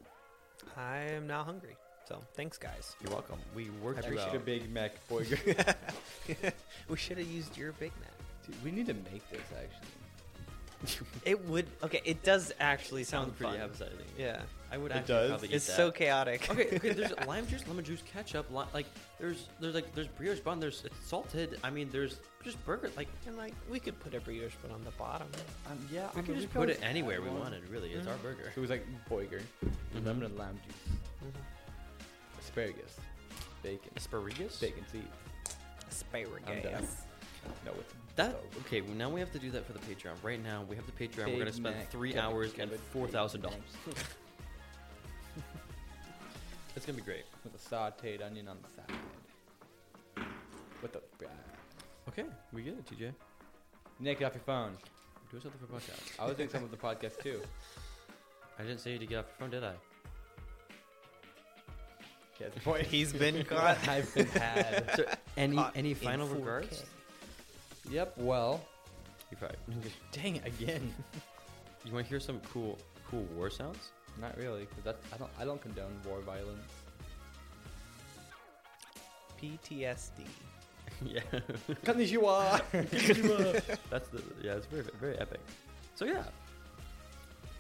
C: I am now hungry. So thanks, guys.
B: You're welcome. We worked
A: I
B: you
A: appreciate
B: out.
A: a Big Mac boy.
C: we should have used your Big Mac.
A: Dude, we need to make this actually.
C: It would. Okay, it does actually sound
B: Sounds pretty
C: fun.
B: exciting.
C: Yeah,
B: I would
A: It
B: actually
A: does?
B: probably eat
C: it's
B: that.
C: so chaotic.
B: okay, okay. There's lime juice, lemon juice, ketchup. Li- like there's there's like there's brioche bun. There's it's salted. I mean, there's just burger. Like
C: and like we could put a brioche bun on the bottom.
A: Um, yeah,
B: we
A: I'm
B: could
A: a
B: just put it
A: Rico's
B: anywhere
A: fat
B: we
A: one.
B: wanted. Really, it's our burger.
A: So it was like boiger, lemon and lime juice,
C: Mhm.
A: Mm-hmm. asparagus, bacon,
B: Asparagus.
A: bacon seeds.
C: Asparagus.
A: No, it's
B: That
A: so-
B: okay? well, Now we have to do that for the Patreon. Right now we have the Patreon. We're gonna
A: Big
B: spend
A: Mac,
B: three
A: Kevin,
B: hours
A: Kevin,
B: and four thousand
A: Big
B: dollars.
A: Mac.
B: It's gonna be great.
A: with a sautéed onion on the side. What the?
B: Okay, we get it, TJ.
A: Nick, get off your phone.
B: Do something for podcast.
A: I was doing some of the podcast too.
B: I didn't say you to get off your phone, did I?
A: Yeah, the point.
C: He's been caught.
A: I've been had.
B: So, any
C: Caught
B: any
C: in
B: final
C: 4K.
B: regards?
A: Yep. Well,
B: You probably.
A: dang it again.
B: You want to hear some cool cool war sounds?
A: Not really, because that's I don't I don't condone war violence.
C: PTSD.
B: yeah,
A: Konnichiwa.
B: that's the yeah. It's very very epic. So yeah.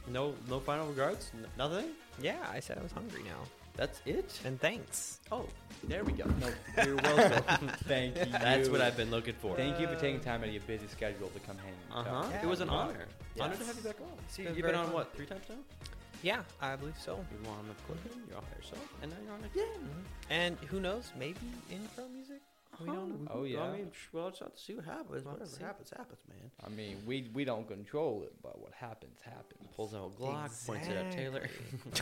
B: No no final regards. N- nothing.
C: Yeah, I said I was hungry now.
B: That's it.
C: And thanks.
B: Oh,
A: there we go. No, you're welcome. Thank you.
B: that's what I've been looking for.
A: Thank you for taking time out of your busy schedule to come hang.
B: Uh
A: and talk.
B: huh.
C: Yeah,
B: it was an
C: no.
B: honor. Honor to
C: Yes.
B: have you back on. See,
C: been
B: you've
C: very
B: been on
C: fun.
B: what three times now?
C: Yeah, I believe so.
B: You were on the Clifton, you're on yourself, and now you're on again.
C: Mhm. And who knows? Maybe intro music. We don't know.
A: Oh, yeah.
B: I mean, sh- well, it's not to see what happens.
C: Well,
B: Whatever
C: see.
B: happens, happens, man.
A: I mean, we we don't control it, but what happens happens.
B: Pulls out a Glock, points it at Taylor.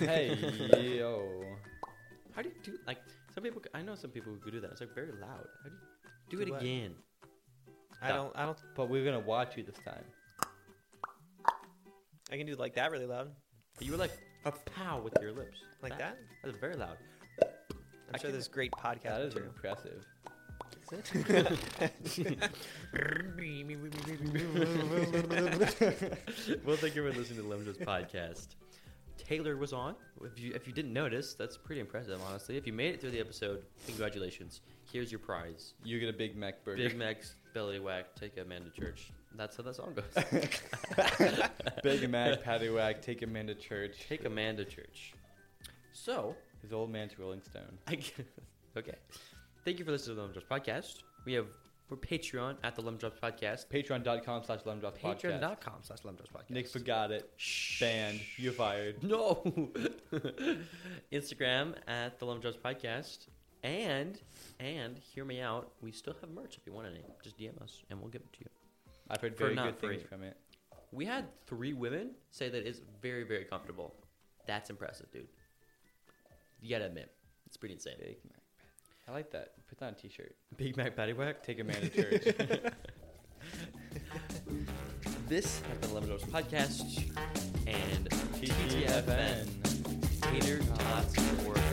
A: hey yo.
B: How do you do? Like some people, c- I know some people who could do that. It's like very loud. How do you do,
C: Do
B: it
C: what?
B: again?
C: I don't. I don't.
A: But we're gonna watch you this time.
C: I can do like that really loud,
B: You were like a pow with your lips,
C: like that.
B: That's very loud.
C: I'm
B: I
C: sure
B: can-
C: there's great
A: that
C: podcast
A: is
C: material.
A: impressive.
B: well, thank you for listening to Lemon Juice Podcast. Taylor was on. If you if you didn't notice, that's pretty impressive, honestly. If you made it through the episode, congratulations. Here's your prize.
A: You get a Big Mac burger.
B: Big Mac's belly whack. Take a man to church. That's how that song goes.
A: Big Mac, Patty Whack, take him into church.
B: Take a man to church. So
A: His old man's Rolling Stone.
B: I g- okay. Thank you for listening to the Lemon Drops Podcast. We have we're Patreon at the Lemon Drops Podcast.
A: Patreon.com slash Lemdrops Podcast.
B: Patreon.com slash Lemon Drops Podcast.
A: Nick forgot it.
B: Shh.
A: Banned. You're fired.
B: No. Instagram at the Lemon Drops Podcast. And and hear me out. We still have merch if you want any. Just DM us and we'll give it to you.
A: I've heard
B: For
A: very
B: not
A: good things
B: free.
A: from it.
B: We had three women say that it's very very comfortable. That's impressive, dude. You gotta admit, it's pretty insane.
A: Big Mac. I like that. Put that on a t-shirt.
B: Big Mac Patty Whack.
A: Take a man to church.
B: This has been Lemon Drops Podcast and
A: TTFN.
B: TTFN. Hater Tots for